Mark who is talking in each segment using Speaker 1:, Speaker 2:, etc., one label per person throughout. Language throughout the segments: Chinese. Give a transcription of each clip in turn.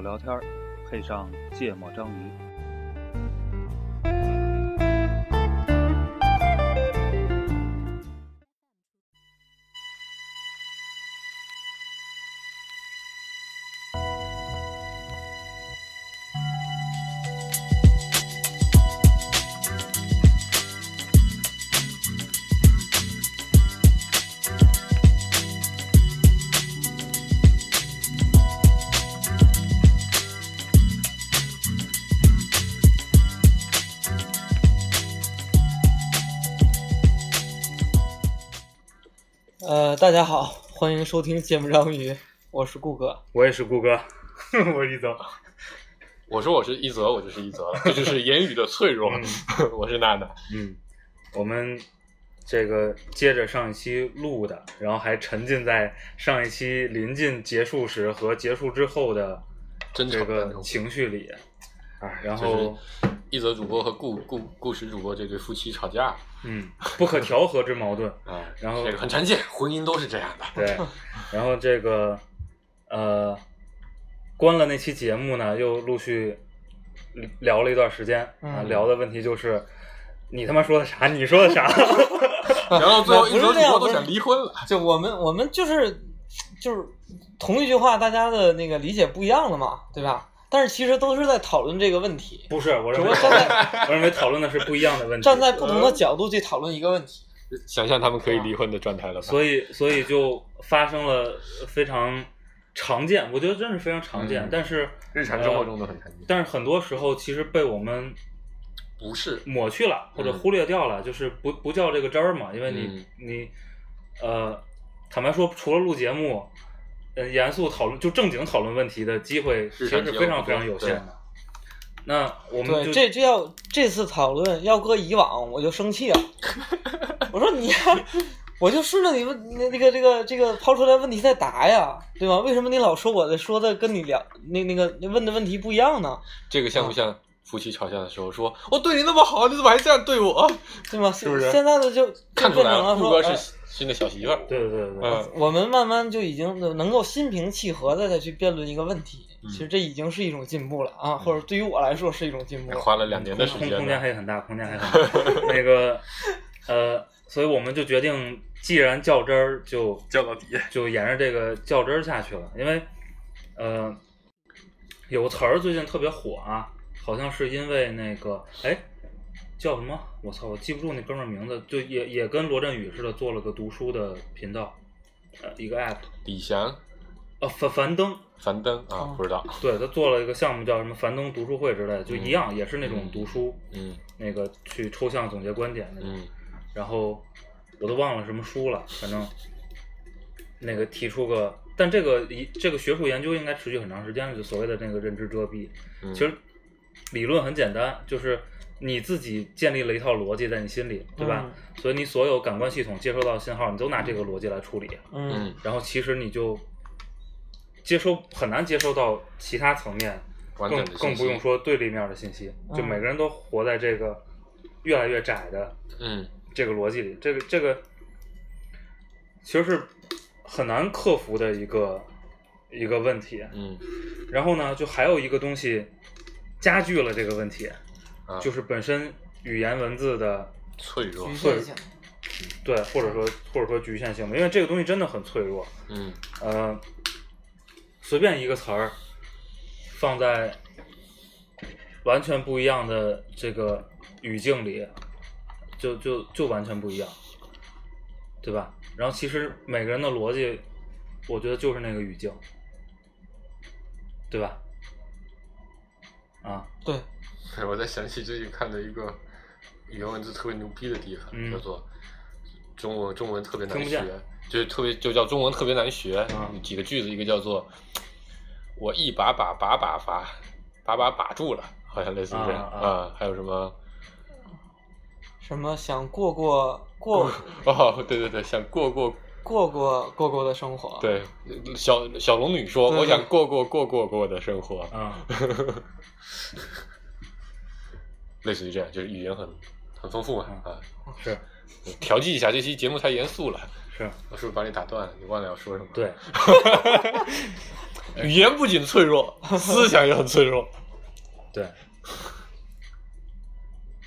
Speaker 1: 聊天，配上芥末章鱼。
Speaker 2: 呃，大家好，欢迎收听《芥末章鱼》，我是顾哥。
Speaker 3: 我也是顾哥， 我是一泽。
Speaker 4: 我说我是一泽，我就是一泽了，这就是言语的脆弱。 我是娜娜，
Speaker 3: 嗯，我们这个接着上一期录的，然后还沉浸在上一期临近结束时和结束之后的
Speaker 4: 真
Speaker 3: 这
Speaker 4: 诚的那
Speaker 3: 个
Speaker 4: 种。
Speaker 3: 情绪里。哎，然
Speaker 4: 就是
Speaker 3: 后
Speaker 4: 一泽主播和顾顾顾石主播这对夫妻吵架
Speaker 3: 嗯，不可调和之矛盾。
Speaker 4: 啊，
Speaker 3: 嗯然后
Speaker 4: 这个很常见，婚姻都是这样的。
Speaker 3: 对，然后这个呃，关了那期节目呢，又陆续聊了一段时间、啊，
Speaker 2: 嗯
Speaker 3: 聊的问题就是你他妈说的啥？你说的啥？
Speaker 4: 然后最后
Speaker 2: 那
Speaker 4: 一
Speaker 2: 不是
Speaker 4: 泽主
Speaker 2: 这样
Speaker 4: 播
Speaker 2: 不是
Speaker 4: 都想离婚了。
Speaker 2: 就我们，我们就是就是同一句话，大家的那个理解不一样了嘛，对吧？但是其实都是在讨论这个问题，
Speaker 3: 不是，我
Speaker 2: 只
Speaker 3: 认
Speaker 2: 不
Speaker 3: 为
Speaker 2: 过站在
Speaker 3: 我认为讨论的是不一样的问题。
Speaker 2: 站在不同的
Speaker 3: 嗯
Speaker 2: 角度去讨论一个问题。
Speaker 4: 想象他们可以离婚的状态了吧？
Speaker 3: 啊所以所以就发生了非常常见，我觉得真是非常常见。
Speaker 4: 嗯
Speaker 3: 但是呃
Speaker 4: 日常生活中都很常见。
Speaker 3: 但是很多时候其实被我们
Speaker 4: 不是，
Speaker 3: 抹去了或者
Speaker 4: 嗯
Speaker 3: 忽略掉了，就是不不叫这个真儿嘛，因为你、你呃，坦白说，除了录节目，呃，严肃讨论就正经讨论问题的机会，其实
Speaker 4: 日常
Speaker 3: 是
Speaker 4: 交
Speaker 3: 非常
Speaker 4: 流
Speaker 3: 非常有限
Speaker 4: 对
Speaker 3: 的。那我们
Speaker 2: 对，
Speaker 3: 就
Speaker 2: 这这要这次讨论要搁以往，我就生气 了。我说你呀、我就顺着你问那那个这个这个抛出来问题再答呀，对吧？为什么你老说我的说的跟你聊那那个问的问题不一样呢？
Speaker 4: 这个
Speaker 3: 嗯
Speaker 4: 像不像夫妻吵架的时候说我对你那么好，你怎么还这样对我？
Speaker 2: 对吗？
Speaker 4: 是不是
Speaker 2: 现在的就就
Speaker 4: 看出
Speaker 2: 变
Speaker 4: 来
Speaker 2: 成
Speaker 4: 了，
Speaker 2: 了
Speaker 4: 顾
Speaker 2: 说，
Speaker 4: 哥
Speaker 2: 哎
Speaker 4: 是新的小媳妇儿。
Speaker 3: 啊对对对对，
Speaker 4: 嗯，
Speaker 2: 我们慢慢就已经能够心平气和的再去辩论一个问题，
Speaker 4: 嗯
Speaker 2: 其实这已经是一种进步了啊，或者对于我来说是一种进步。
Speaker 4: 花了两年的时
Speaker 3: 嗯空
Speaker 4: 间
Speaker 3: 空间
Speaker 4: 呢，
Speaker 3: 还很大，空间还很大。那个呃，所以我们就决定，既然较真儿， 就
Speaker 4: 叫到底。
Speaker 3: 就沿着这个较真儿下去了，因为呃，有个词儿最近特别火啊，好像是因为那个哎叫什么？我操，我记不住那哥们儿名字，就也也跟罗振宇似的做了个读书的频道，呃，一个 app，
Speaker 4: 李翔、
Speaker 3: 呃，樊樊登，
Speaker 4: 樊登啊
Speaker 2: 哦，
Speaker 4: 不知道。
Speaker 3: 对他做了一个项目叫什么樊登读书会之类的，就一样，也是那种
Speaker 4: 嗯
Speaker 3: 读书，
Speaker 4: 嗯
Speaker 3: 那个去抽象总结观点那种。
Speaker 4: 嗯
Speaker 3: 然后我都忘了什么书了，反正那个提出个，但这个一这个学术研究应该持续很长时间了，就所谓的那个认知遮蔽。
Speaker 4: 嗯，
Speaker 3: 其实理论很简单，就是你自己建立了一套逻辑在你心里，对
Speaker 2: 嗯
Speaker 3: 吧？所以你所有感官系统接收到信号，你都拿这个逻辑来处理，
Speaker 2: 嗯？
Speaker 4: 嗯，
Speaker 3: 然后其实你就接收很难接收到其他层面。
Speaker 4: 完
Speaker 3: 更
Speaker 4: 整的
Speaker 3: 更
Speaker 4: 信息
Speaker 3: 不用，说对立面的信息，就
Speaker 2: 嗯
Speaker 3: 每个人都活在这个越来越窄的
Speaker 4: 嗯
Speaker 3: 这个逻辑里，这个这个其实是很难克服的一个一个问题。
Speaker 4: 嗯
Speaker 3: 然后呢，就还有一个东西加剧了这个问题，
Speaker 4: 啊，
Speaker 3: 就是本身语言文字的
Speaker 4: 脆弱
Speaker 2: 局，限性，
Speaker 3: 对，或者说或者说局限性吧，因为这个东西真的很脆弱。
Speaker 4: 嗯
Speaker 3: 呃，随便一个词儿放在完全不一样的这个语境里，就就就完全不一样，对吧？然后其实每个人的逻辑，我觉得就是那个语境，对吧？啊，
Speaker 2: 对，
Speaker 4: 我在想起最近看的一个语言文字特别牛逼的地方，
Speaker 3: 嗯
Speaker 4: 叫做中文中文特别
Speaker 3: 听
Speaker 4: 难
Speaker 3: 不
Speaker 4: 学
Speaker 3: 见，
Speaker 4: 就是特别就叫中文特别难学
Speaker 3: 啊，
Speaker 4: 有几个句子，一个叫做我一把把把把把把把把住了，好像类似于这样
Speaker 3: 啊啊
Speaker 4: 啊，还有什么
Speaker 2: 什么想过过过
Speaker 4: 哦，对对对，想过过
Speaker 2: 过过过过的生活，，
Speaker 4: 对，小小龙女说：“
Speaker 2: 对
Speaker 4: 我想过过过过过我的生活。
Speaker 3: 啊，”
Speaker 4: 类似于这样，就是语言很很丰富嘛啊。嗯
Speaker 3: 是
Speaker 4: 调剂一下，这期节目太严肃了，
Speaker 3: 是，
Speaker 4: 我是不是把你打断了？你忘了要说什么？
Speaker 3: 对，
Speaker 4: 语言不仅脆 弱，思想也很脆弱。
Speaker 3: 对，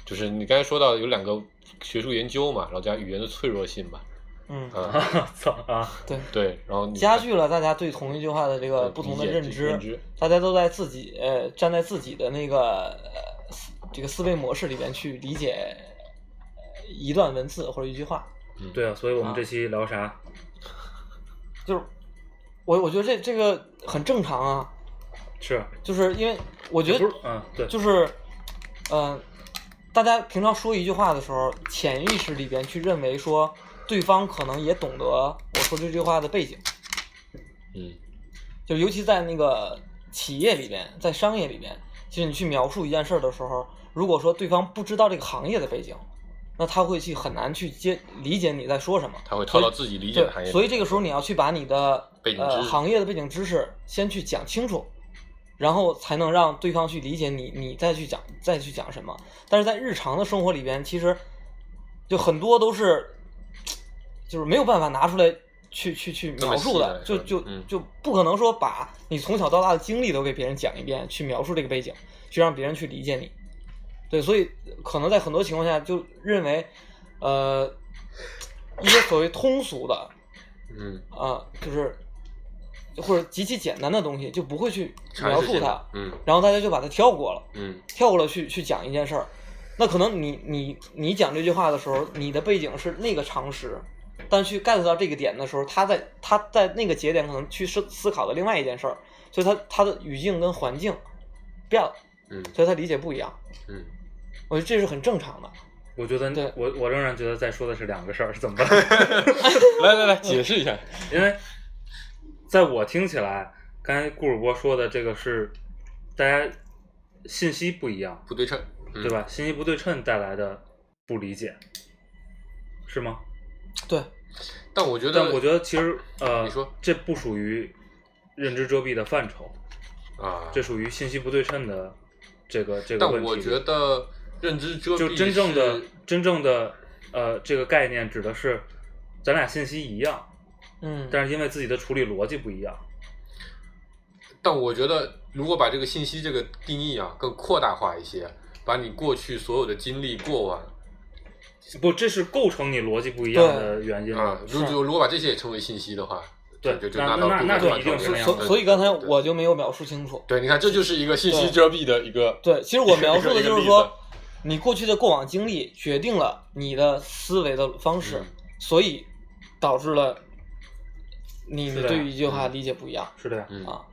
Speaker 4: 就是你刚才说到有两个学术研究嘛，然后加语言的脆弱性嘛，
Speaker 2: 嗯，
Speaker 4: 啊，
Speaker 3: 啊操啊！
Speaker 2: 对，
Speaker 4: 对，然后你
Speaker 2: 加剧了大家对同一句话的这个
Speaker 4: 呃
Speaker 2: 不同的
Speaker 4: 理解
Speaker 2: 认
Speaker 4: 认
Speaker 2: 知
Speaker 4: 知，
Speaker 2: 大家都在自己呃站在自己的那个呃思这个思维模式里边去理解呃一段文字或者一句话，
Speaker 3: 对啊，所以我们这期聊啥？
Speaker 2: 就是我我觉得这这个很正常啊，
Speaker 3: 是
Speaker 2: 就是因为我觉
Speaker 3: 不
Speaker 2: 得
Speaker 3: 是？嗯，对，
Speaker 2: 就是，嗯、大家平常说一句话的时候，潜意识里边去认为说对方可能也懂得我说这句话的背景，
Speaker 4: 嗯
Speaker 2: 就尤其在那个企业里边，在商业里边，其实你去描述一件事儿的时候，如果说对方不知道这个行业的背景，那他会去很难去接理解你在说什么。
Speaker 4: 他会套到自己理解的行业
Speaker 2: 对，所以这个时候你要去把你的
Speaker 4: 背景
Speaker 2: 呃
Speaker 4: 知识
Speaker 2: 行业的背景知识先去讲清楚，然后才能让对方去理解你，你再去讲再去讲什么。但是在日常的生活里边，其实就很多都是就是没有办法拿出来去去去
Speaker 4: 那么
Speaker 2: 描述的，
Speaker 4: 细
Speaker 2: 就
Speaker 4: 来说
Speaker 2: 就
Speaker 4: 嗯
Speaker 2: 就不可能说把你从小到大的经历都给别人讲一遍，去描述这个背景，去让别人去理解你。对，所以可能在很多情况下就认为，呃，一些所谓通俗的
Speaker 4: 嗯，
Speaker 2: 啊，就是或者极其简单的东西，就不会去
Speaker 4: 尝
Speaker 2: 描
Speaker 4: 试
Speaker 2: 述
Speaker 4: 性的
Speaker 2: 它，
Speaker 4: 嗯
Speaker 2: 然后大家就把它跳过了，
Speaker 4: 嗯
Speaker 2: 跳过了去去讲一件事儿。那可能你你你讲这句话的时候，你的背景是那个常识，但去 get 到这个点的时候，他在他在那个节点可能去思思考的另外一件事儿，所以他他的语境跟环境变了，
Speaker 4: 嗯
Speaker 2: 所以他理解不一样。
Speaker 4: 嗯，
Speaker 2: 我觉得这是很正常的。
Speaker 3: 我觉得
Speaker 2: 对
Speaker 3: 我我仍然觉得在说的是两个事儿，怎么办？
Speaker 4: 来来来，解释一下，
Speaker 3: 因为在我听起来，刚才顾主播说的这个是大家信息不一样，
Speaker 4: 不对称，嗯
Speaker 3: 对？吧？信息不对称带来的不理解，是吗？
Speaker 2: 对，
Speaker 4: 但我觉得，
Speaker 3: 但我觉得其实呃，
Speaker 4: 你说
Speaker 3: 这不属于认知遮蔽的范畴，
Speaker 4: 啊，
Speaker 3: 这属于信息不对称的这个这个
Speaker 4: 但
Speaker 3: 问题。
Speaker 4: 我觉得认知遮蔽
Speaker 3: 就真正的
Speaker 4: 是
Speaker 3: 真正的呃，这个概念指的是咱俩信息一样，
Speaker 2: 嗯，
Speaker 3: 但是因为自己的处理逻辑不一样，
Speaker 4: 但我觉得，如果把这个信息这个定义啊更扩大化一些，把你过去所有的经历过往
Speaker 3: 不，这是构成你逻辑不一样的原因。
Speaker 4: 啊，如
Speaker 2: 是
Speaker 4: 如如果把这些也称为信息的话，
Speaker 3: 嗯对
Speaker 4: 就就
Speaker 3: 那
Speaker 4: 纳到
Speaker 3: 那
Speaker 4: 这
Speaker 3: 那就
Speaker 4: 个范畴
Speaker 3: 一定
Speaker 4: 里
Speaker 3: 是那
Speaker 4: 面
Speaker 3: 样
Speaker 2: 所
Speaker 3: 的
Speaker 2: 所以刚才
Speaker 4: 对
Speaker 2: 我就没有描述清楚。
Speaker 4: 对，你看这就是一个信息
Speaker 2: 对
Speaker 4: 遮蔽的一个
Speaker 2: 对，其实我描述的 就是
Speaker 4: 一个例
Speaker 2: 说，你过去的过往经历决定了你的思维的方式，
Speaker 4: 嗯
Speaker 2: 所以导致了你
Speaker 3: 是
Speaker 2: 你
Speaker 3: 的
Speaker 2: 对于一句话
Speaker 4: 嗯
Speaker 2: 理解不一样。
Speaker 3: 是的呀，
Speaker 4: 嗯
Speaker 2: 啊，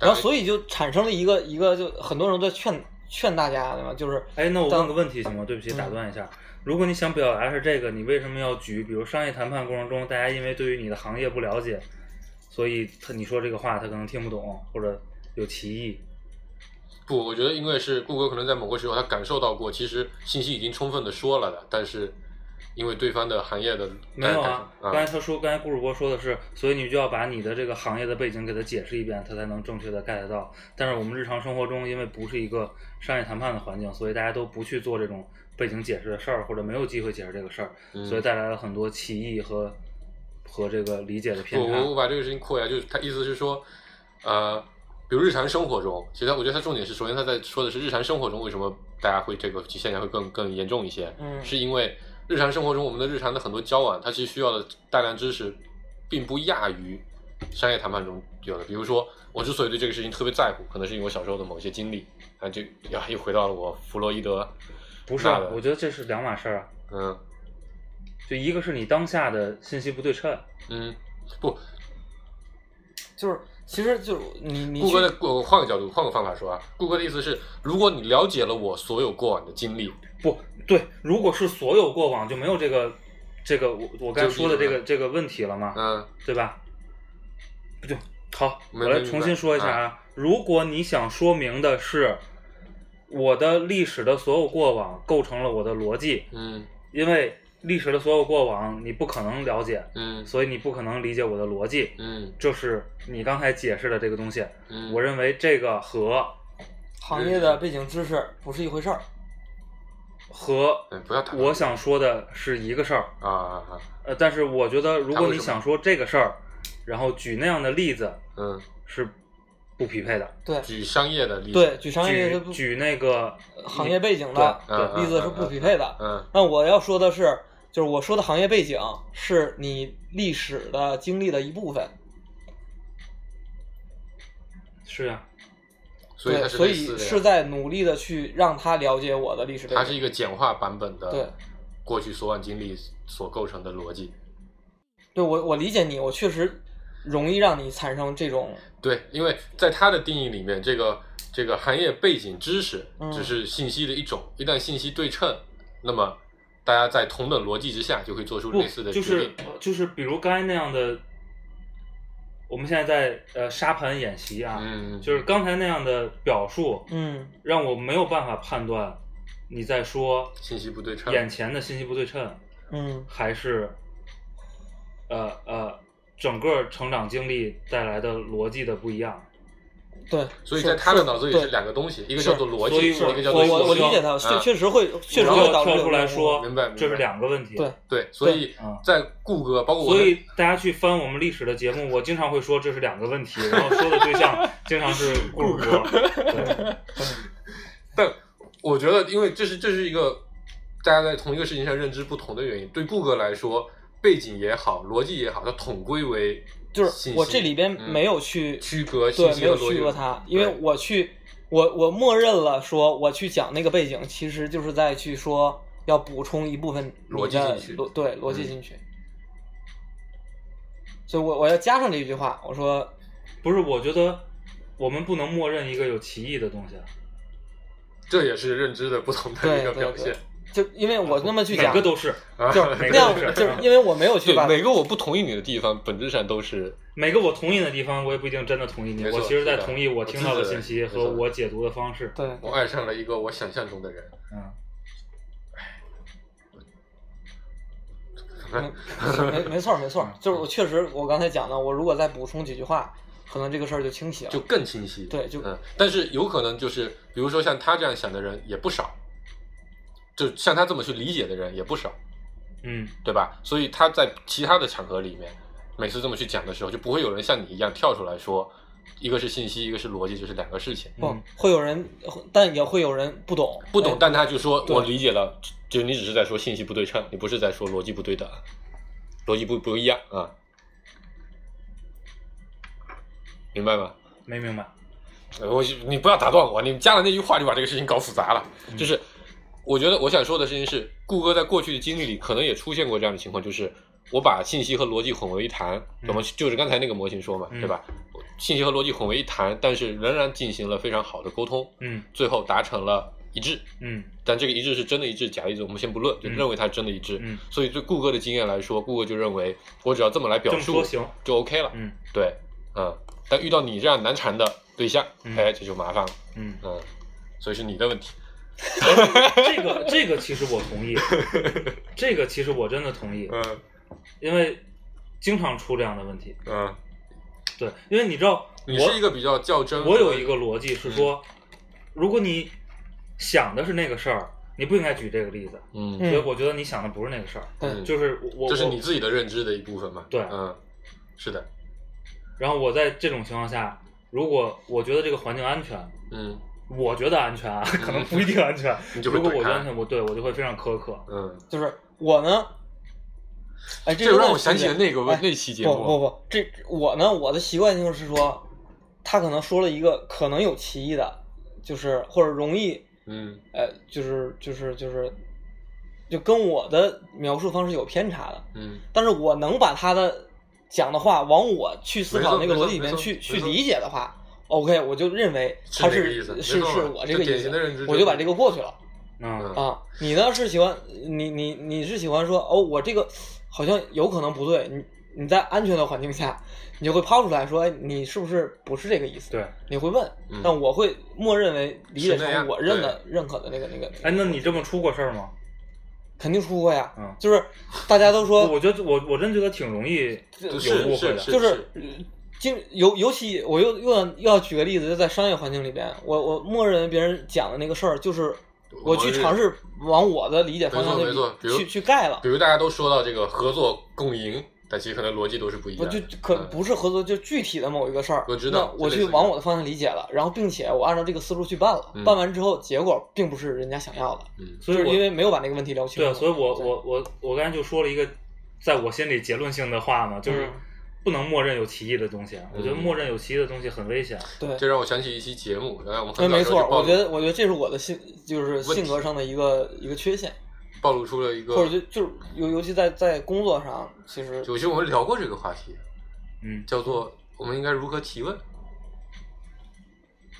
Speaker 4: 当
Speaker 2: 然后所以就产生了一个一个，就很多人都在劝劝大家，对吧？就是
Speaker 3: 哎，那我
Speaker 2: 当
Speaker 3: 问个问题行吗？对不起，打断一下。如果你想表达的是这个，你为什么要举？比如商业谈判过程中，大家因为对于你的行业不了解，所以他你说这个话他可能听不懂，或者有歧义。
Speaker 4: 不，我觉得因为是顾哥可能在某个时候他感受到过，其实信息已经充分的说了的，但是因为对方的行业的
Speaker 3: 没有啊，
Speaker 4: 感
Speaker 3: 刚
Speaker 4: 感
Speaker 3: 才
Speaker 4: 受
Speaker 3: 他说，刚才顾主播说的是，所以你就要把你的这个行业的背景给他解释一遍，他才能正确的 get 到。但是我们日常生活中，因为不是一个商业谈判的环境，所以大家都不去做这种背景解释的事儿，或者没有机会解释这个事儿，
Speaker 4: 嗯
Speaker 3: 所以带来了很多歧义和和这个理解的偏
Speaker 4: 不，
Speaker 3: 差。
Speaker 4: 我我把这个事情扩一下，就是他意思是说，呃，比如日常生活中，其实他我觉得他重点是，首先他在说的是日常生活中为什么大家会这个现象会更更严重一些，
Speaker 2: 嗯
Speaker 4: 是因为日常生活中我们的日常的很多交往，它其实需要的大量知识，并不亚于商业谈判中有的。比如说，我之所以对这个事情特别在乎，可能是因为我小时候的某些经历啊，就呀又回到了我弗洛伊德，
Speaker 3: 不是啊
Speaker 4: 那，的
Speaker 3: 我觉得这是两码事儿啊。
Speaker 4: 嗯
Speaker 3: 就一个是你当下的信息不对称，
Speaker 4: 嗯，不，
Speaker 2: 就是，其实就是你你
Speaker 4: 顾
Speaker 2: 去
Speaker 4: 哥的我换个角度，换个方法说啊，顾哥的意思是，如果你了解了我所有过往的经历，
Speaker 3: 不对。如果是所有过往，就没有这个这个我我刚才
Speaker 4: 就
Speaker 3: 说的这
Speaker 4: 是
Speaker 3: 个这个问题了嘛。
Speaker 4: 嗯，
Speaker 3: 对吧？不就好，
Speaker 4: 没
Speaker 3: 我来
Speaker 4: 没明
Speaker 3: 重
Speaker 4: 白
Speaker 3: 新说一下啊。如果你想说明的是我的历史的所有过往构成了我的逻辑，
Speaker 4: 嗯
Speaker 3: 因为历史的所有过往你不可能了解，
Speaker 4: 嗯
Speaker 3: 所以你不可能理解我的逻辑。
Speaker 4: 嗯
Speaker 3: 这是你刚才解释的这个东西，
Speaker 4: 嗯，
Speaker 3: 我认为这个和
Speaker 2: 行业的背景知识不是一回事儿。
Speaker 3: 和
Speaker 4: 嗯不要谈
Speaker 3: 我想说的是一个事儿。
Speaker 4: 啊啊啊，
Speaker 3: 呃，但是我觉得如
Speaker 4: 他
Speaker 3: 果
Speaker 4: 为
Speaker 3: 你
Speaker 4: 什么
Speaker 3: 想说这个事儿，然后举那样的例子，
Speaker 4: 嗯
Speaker 3: 是不匹配的。
Speaker 2: 对
Speaker 4: 举商业的例子，
Speaker 2: 对，举商业
Speaker 3: 举
Speaker 2: 是不呃
Speaker 3: 举那个
Speaker 2: 行业背景
Speaker 3: 对
Speaker 2: 的
Speaker 4: 嗯
Speaker 2: 例子是不匹配的。
Speaker 4: 嗯
Speaker 2: 那我要说的是，就是我说的行业背景是你历史的经历的一部分，
Speaker 3: 是啊，
Speaker 4: 所以它
Speaker 2: 对，
Speaker 4: 是
Speaker 2: 所
Speaker 4: 类
Speaker 2: 以
Speaker 4: 似的呀
Speaker 2: 是在努力的去让他了解我的历史背
Speaker 4: 它是
Speaker 2: 景。
Speaker 4: 一个简化版本
Speaker 2: 对
Speaker 4: 的过去所往经历所构成的逻辑。
Speaker 2: 对我，我理解你，我确实容易让你产生这种
Speaker 4: 对，因为在它的定义里面，这个这个行业背景知识
Speaker 2: 嗯
Speaker 4: 只是信息的一种，一旦信息对称，那么大家在同等逻辑之下就会做出
Speaker 3: 不
Speaker 4: 类似的
Speaker 3: 就
Speaker 4: 决
Speaker 3: 是
Speaker 4: 定。
Speaker 3: 就是比如刚才那样的，我们现在在呃沙盘演习啊，
Speaker 4: 嗯，
Speaker 3: 就是刚才那样的表述，
Speaker 2: 嗯
Speaker 3: 让我没有办法判断你在说
Speaker 4: 信息不对称。
Speaker 3: 眼前的信息不对称，
Speaker 2: 嗯
Speaker 3: 还是呃呃整个成长经历带来的逻辑的不一样。
Speaker 2: 对，
Speaker 4: 所以
Speaker 2: 是
Speaker 4: 在他的
Speaker 2: 是
Speaker 4: 脑子里
Speaker 2: 对
Speaker 4: 是两个东西，一个叫做逻
Speaker 3: 所以
Speaker 4: 辑，一个叫
Speaker 2: 我
Speaker 3: 所
Speaker 4: 做
Speaker 3: 以
Speaker 2: 我我
Speaker 4: 信
Speaker 2: 理
Speaker 4: 息
Speaker 3: 说
Speaker 2: 解他，确
Speaker 4: 啊
Speaker 2: 确实会确实
Speaker 3: 然
Speaker 2: 会
Speaker 3: 后
Speaker 2: 导致
Speaker 3: 跳出来
Speaker 2: 有
Speaker 3: 说
Speaker 4: 明白明白，
Speaker 3: 这是两个问题。
Speaker 2: 对
Speaker 4: 对，所以
Speaker 3: 嗯
Speaker 4: 在谷歌，包括我
Speaker 3: 所
Speaker 4: 们
Speaker 3: 以大家去翻我们历史的节目，我经常会说这是两个问题，然后说的对象经常是顾哥。对，
Speaker 4: 但我觉得，因为这是这是一个大家在同一个事情上认知不同的原因。对顾客来说，背景也好，逻辑也好，它统归为
Speaker 2: 就是
Speaker 4: 信息
Speaker 2: 我这里边没有去、
Speaker 4: 嗯区隔信
Speaker 2: 对，
Speaker 4: 息
Speaker 2: 没
Speaker 4: 和
Speaker 2: 有
Speaker 4: 逻辑
Speaker 2: 去
Speaker 4: 的
Speaker 2: 过它，因为
Speaker 4: 对
Speaker 2: 我去，我我默认了说我去讲那个背景，其实就是在去说要补充一部分你
Speaker 4: 逻辑
Speaker 2: 的
Speaker 4: 进去
Speaker 2: 逻对逻辑
Speaker 4: 嗯
Speaker 2: 进去。所以我我要加上这一句话，我说
Speaker 3: 不是，我觉得我们不能默认一个有歧义的东西啊，
Speaker 4: 这也是认知的不同的
Speaker 2: 对
Speaker 4: 一个表
Speaker 2: 对
Speaker 4: 现
Speaker 2: 就因为我那么去
Speaker 3: 每
Speaker 2: 讲，
Speaker 3: 个都是，
Speaker 4: 啊。
Speaker 2: 就是
Speaker 3: 每
Speaker 2: 那
Speaker 3: 个
Speaker 2: 样
Speaker 3: 都是，
Speaker 2: 就是因为我没有去 把
Speaker 4: 每个我不同意你的地方，本质上都是
Speaker 3: 每个我同意的地方，我也不一定真的同意你。
Speaker 4: 没错
Speaker 3: 我其实在
Speaker 4: 是的
Speaker 3: 同意我听到的信息
Speaker 4: 我知道
Speaker 3: 和我解读的方式。
Speaker 2: 对
Speaker 4: 我爱上了一个我想象中的人。
Speaker 3: 嗯，
Speaker 2: 没没错儿没错儿，就是我确实我刚才讲的，我如果再补充几句话，可能这个事儿就清晰了
Speaker 4: 就。更清晰。
Speaker 2: 对就
Speaker 4: 嗯，但是有可能就是，比如说像他这样想的人也不少，就像他这么去理解的人也不少，
Speaker 3: 嗯，
Speaker 4: 对吧？所以他在其他的场合里面，每次这么去讲的时候，就不会有人像你一样跳出来说，一个是信息，一个是逻辑，就是两个事情。
Speaker 2: 不
Speaker 3: 嗯
Speaker 2: 会有人，但也会有人不懂，哎
Speaker 4: 不懂，但他就说
Speaker 2: 对
Speaker 4: 我理解了，就你只是在说信息不对称，你不是在说逻辑不对的，逻辑不不一样啊，明白吗？
Speaker 3: 没明白。
Speaker 4: 呃我你不要打断我，你加了那句话就把这个事情搞复杂了。
Speaker 3: 嗯
Speaker 4: 就是我觉得我想说的事情是，顾哥在过去的经历里可能也出现过这样的情况，就是我把信息和逻辑混为一谈，
Speaker 3: 嗯
Speaker 4: 我们就是刚才那个模型说嘛，
Speaker 3: 嗯
Speaker 4: 对吧？信息和逻辑混为一谈，但是仍然进行了非常好的沟通，
Speaker 3: 嗯
Speaker 4: 最后达成了一致。
Speaker 3: 嗯
Speaker 4: 但这个一致是真的一致，假的一致，我们先不论，就
Speaker 3: 嗯
Speaker 4: 认为它是真的一致。
Speaker 3: 嗯，
Speaker 4: 所以对顾哥的经验来说，顾哥就认为我只要这么来
Speaker 3: 这
Speaker 4: 表
Speaker 3: 么说
Speaker 4: 述
Speaker 3: 行。
Speaker 4: 就 OK 了。
Speaker 3: 嗯
Speaker 4: 对，嗯，但遇到你这样难缠的对象，
Speaker 3: 嗯
Speaker 4: 哎，这就麻烦了，
Speaker 3: 嗯，
Speaker 4: 嗯，所以是你的问题，
Speaker 3: 这个这个其实我 同意，这个其实我真的同意，
Speaker 4: 嗯
Speaker 3: 因为经常出这样的问题。
Speaker 4: 嗯，
Speaker 3: 对，因为你知道，
Speaker 4: 你
Speaker 3: 我
Speaker 4: 是一个比嗯较较真，
Speaker 3: 我有一个，逻辑是说，如果你想的是那个事儿，你不应该举这个例子。
Speaker 4: 嗯，
Speaker 2: 嗯
Speaker 3: 所以我觉得你想的不是那个事儿，
Speaker 2: 对
Speaker 3: 就是我我
Speaker 4: 这嗯是
Speaker 3: 我
Speaker 4: 你自己的认知的一部分嘛，
Speaker 3: 对
Speaker 4: 嗯，是的，
Speaker 3: 然后我在这种情况下，如果我觉得这个环境安全，
Speaker 4: 嗯
Speaker 3: 我觉得安全啊，可能不一定安全。
Speaker 4: 你就会
Speaker 3: 如果我
Speaker 4: 怼
Speaker 3: 觉
Speaker 4: 他
Speaker 3: 得安全，我对我就会非常苛刻。
Speaker 4: 嗯，
Speaker 2: 就是我呢，哎，这
Speaker 4: 这
Speaker 2: 个
Speaker 4: 让我想起了那个
Speaker 2: 哎
Speaker 4: 那期节
Speaker 2: 不不
Speaker 4: 目，
Speaker 2: 不，这我呢，我的习惯性是说，他可能说了一个可能有歧义的，就是或者容易，
Speaker 4: 嗯
Speaker 2: 呃，就是就是就是，就跟我的描述方式有偏差的，
Speaker 4: 嗯，
Speaker 2: 但是我能把他的讲的话往我去思考那
Speaker 4: 没错
Speaker 2: 个逻辑里
Speaker 4: 没
Speaker 2: 面
Speaker 4: 错
Speaker 2: 去
Speaker 4: 没错
Speaker 2: 去理解的话，OK，我就认为他
Speaker 4: 是那个意
Speaker 2: 是
Speaker 4: 思
Speaker 2: 是
Speaker 4: 没
Speaker 2: 是
Speaker 4: 错
Speaker 2: 我这
Speaker 4: 就
Speaker 2: 个意
Speaker 4: 典型的认知
Speaker 2: 思，
Speaker 4: 就
Speaker 2: 我
Speaker 4: 是
Speaker 2: 就把这个过去了。
Speaker 3: 嗯
Speaker 4: 嗯
Speaker 2: 啊，你呢是喜欢你你你是喜欢说哦，我这个好像有可能不对，你你在安全的环境下，你就会抛出来说，哎，你是不是不是这个意思？
Speaker 3: 对。
Speaker 2: 你会问
Speaker 4: 嗯，
Speaker 2: 但我会默认为理解
Speaker 4: 是那样
Speaker 2: 成我认的认可的那个那个那
Speaker 3: 哎，
Speaker 2: 个，
Speaker 3: 那你这么出过事儿吗？
Speaker 2: 肯定出过呀
Speaker 3: 嗯，
Speaker 2: 就是大家都说
Speaker 3: 我觉得我我真觉得挺容易
Speaker 4: 是
Speaker 3: 有误会
Speaker 4: 是
Speaker 3: 的。
Speaker 2: 就是是。经尤尤其我又又要又要举个例子，就在商业环境里边，我我默认为别人讲的那个事儿，就是我去
Speaker 4: 是
Speaker 2: 尝试往我的理解方向
Speaker 4: 没错没错比如
Speaker 2: 去去去盖了，
Speaker 4: 比如大家都说到这个合作共赢，但其实可能逻辑都是不一
Speaker 2: 不
Speaker 4: 样的。
Speaker 2: 就可
Speaker 4: 嗯
Speaker 2: 不是合作，就具体的某一个事儿，
Speaker 4: 我知道
Speaker 2: 那我去
Speaker 4: 这类似于
Speaker 2: 往我的方向理解了，然后并且我按照这个思路去办了，
Speaker 4: 嗯
Speaker 2: 办完之后结果并不是人家想要的，
Speaker 4: 嗯
Speaker 3: 所以
Speaker 2: 就是
Speaker 3: 我
Speaker 2: 因为没有把那个问题聊清楚。
Speaker 3: 对啊，所以我我我我刚才就说了一个在我心里结论性的话嘛，就是
Speaker 2: 嗯
Speaker 3: 不能默认有歧义的东西啊。我觉得
Speaker 4: 嗯
Speaker 3: 默认有歧义的东西很危险。
Speaker 2: 对，
Speaker 4: 这让我想起一期节目，原来我们
Speaker 2: 对，
Speaker 4: 很早
Speaker 2: 哎没
Speaker 4: 的时候
Speaker 2: 错
Speaker 4: 就，暴
Speaker 2: 我觉
Speaker 4: 露
Speaker 2: 得我觉得这是我的性，就是
Speaker 4: 问题
Speaker 2: 性格上的一个一个缺陷，
Speaker 4: 暴露出了一
Speaker 2: 或者，
Speaker 4: 个
Speaker 2: 就就是尤尤其在在工作上，其实
Speaker 4: 有些我们聊过这个话题，
Speaker 3: 嗯，
Speaker 4: 叫做我们应该如何提问。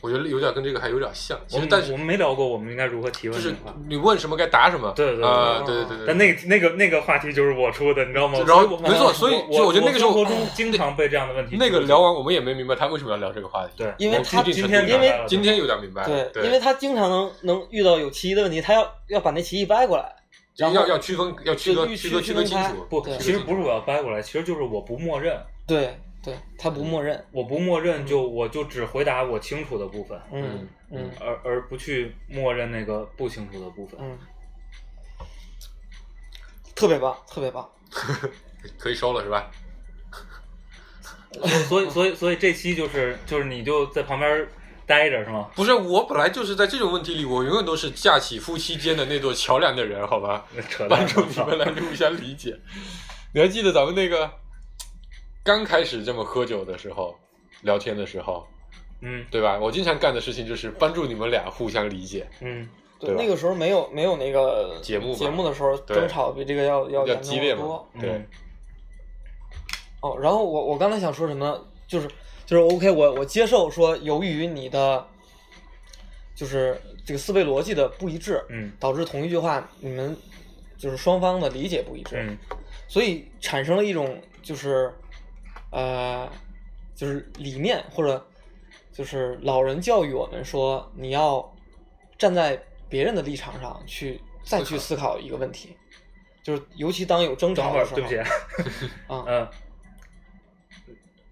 Speaker 4: 我觉得有点跟这个还有点像，
Speaker 3: 我
Speaker 4: 其实
Speaker 3: 们
Speaker 4: 但是
Speaker 3: 我们没聊过我们应该如何提
Speaker 4: 就
Speaker 3: 问这
Speaker 4: 是
Speaker 3: 个话。
Speaker 4: 你问什么该答什么，
Speaker 3: 对对对
Speaker 4: 啊，
Speaker 2: 对
Speaker 4: 对对对
Speaker 3: 但
Speaker 4: 对，
Speaker 3: 那个那个那个话题就是我出的，你知道吗？
Speaker 4: 然后
Speaker 3: 所以我
Speaker 4: 没错所以
Speaker 3: 我
Speaker 4: 所以我觉得那个时候
Speaker 3: 我生活 中经常被这样的问题。
Speaker 4: 那个聊，完我们也没明白他为什么要聊这个话题，
Speaker 3: 对，
Speaker 2: 因为
Speaker 4: 我
Speaker 2: 他
Speaker 4: 今
Speaker 3: 今
Speaker 4: 天
Speaker 3: 天
Speaker 2: 因为
Speaker 4: 今天有点明白了，
Speaker 2: 对，
Speaker 4: 对，
Speaker 2: 因为他经常能能遇到有歧义的问题，他要要把那歧义掰过来，然后
Speaker 4: 要要区分要区
Speaker 2: 就
Speaker 4: 隔
Speaker 2: 预
Speaker 4: 区隔
Speaker 2: 区
Speaker 4: 区隔
Speaker 2: 分
Speaker 4: 清
Speaker 2: 开
Speaker 4: 楚，
Speaker 3: 不，
Speaker 4: 区隔
Speaker 3: 其实
Speaker 4: 清
Speaker 3: 不是我要掰过来，其实就是我不默认，
Speaker 2: 对对，他
Speaker 4: 嗯
Speaker 2: 不默认，
Speaker 3: 我不默认就我就只回答我清楚的部分，
Speaker 2: 嗯
Speaker 4: 嗯
Speaker 2: 嗯
Speaker 3: 而而不去默认那个不清楚的部分。
Speaker 2: 嗯，特别棒，特别棒，
Speaker 4: 可以收了是吧？
Speaker 3: 所以所以所以这期就是就是你就在旁边待着是吗？
Speaker 4: 不是，我本来就是在这种问题里，我永远都是架起夫妻间的那座桥梁的人，好吧？
Speaker 3: 扯淡
Speaker 4: 帮助你们来互相理解。你还记得咱们那个刚开始这么喝酒的时候，聊天的时候，
Speaker 3: 嗯
Speaker 4: 对吧？我经常干的事情就是帮助你们俩互相理解，
Speaker 3: 嗯，
Speaker 4: 对吧
Speaker 2: 那个时候没有没有那个
Speaker 4: 节目吧
Speaker 2: 节目的时候，
Speaker 4: 对
Speaker 2: 争吵比这个要要
Speaker 4: 比较
Speaker 2: 严重
Speaker 4: 激烈
Speaker 2: 得
Speaker 4: 嘛
Speaker 2: 多。
Speaker 3: 嗯
Speaker 4: 对，
Speaker 2: 哦，然后我我刚才想说什么，就是就是 OK，我我接受说由于你的就是这个思维逻辑的不一致，
Speaker 3: 嗯
Speaker 2: 导致同一句话你们就是双方的理解不一致，
Speaker 3: 嗯
Speaker 2: 所以产生了一种就是呃就是理念或者就是老人教育我们说你要站在别人的立场上去再去思考一个问题，就是尤其当有争
Speaker 3: 等
Speaker 2: 吵
Speaker 3: 会
Speaker 2: 的
Speaker 3: 儿
Speaker 2: 时候，
Speaker 3: 对不起，
Speaker 2: 啊
Speaker 3: 嗯，我
Speaker 4: 嗯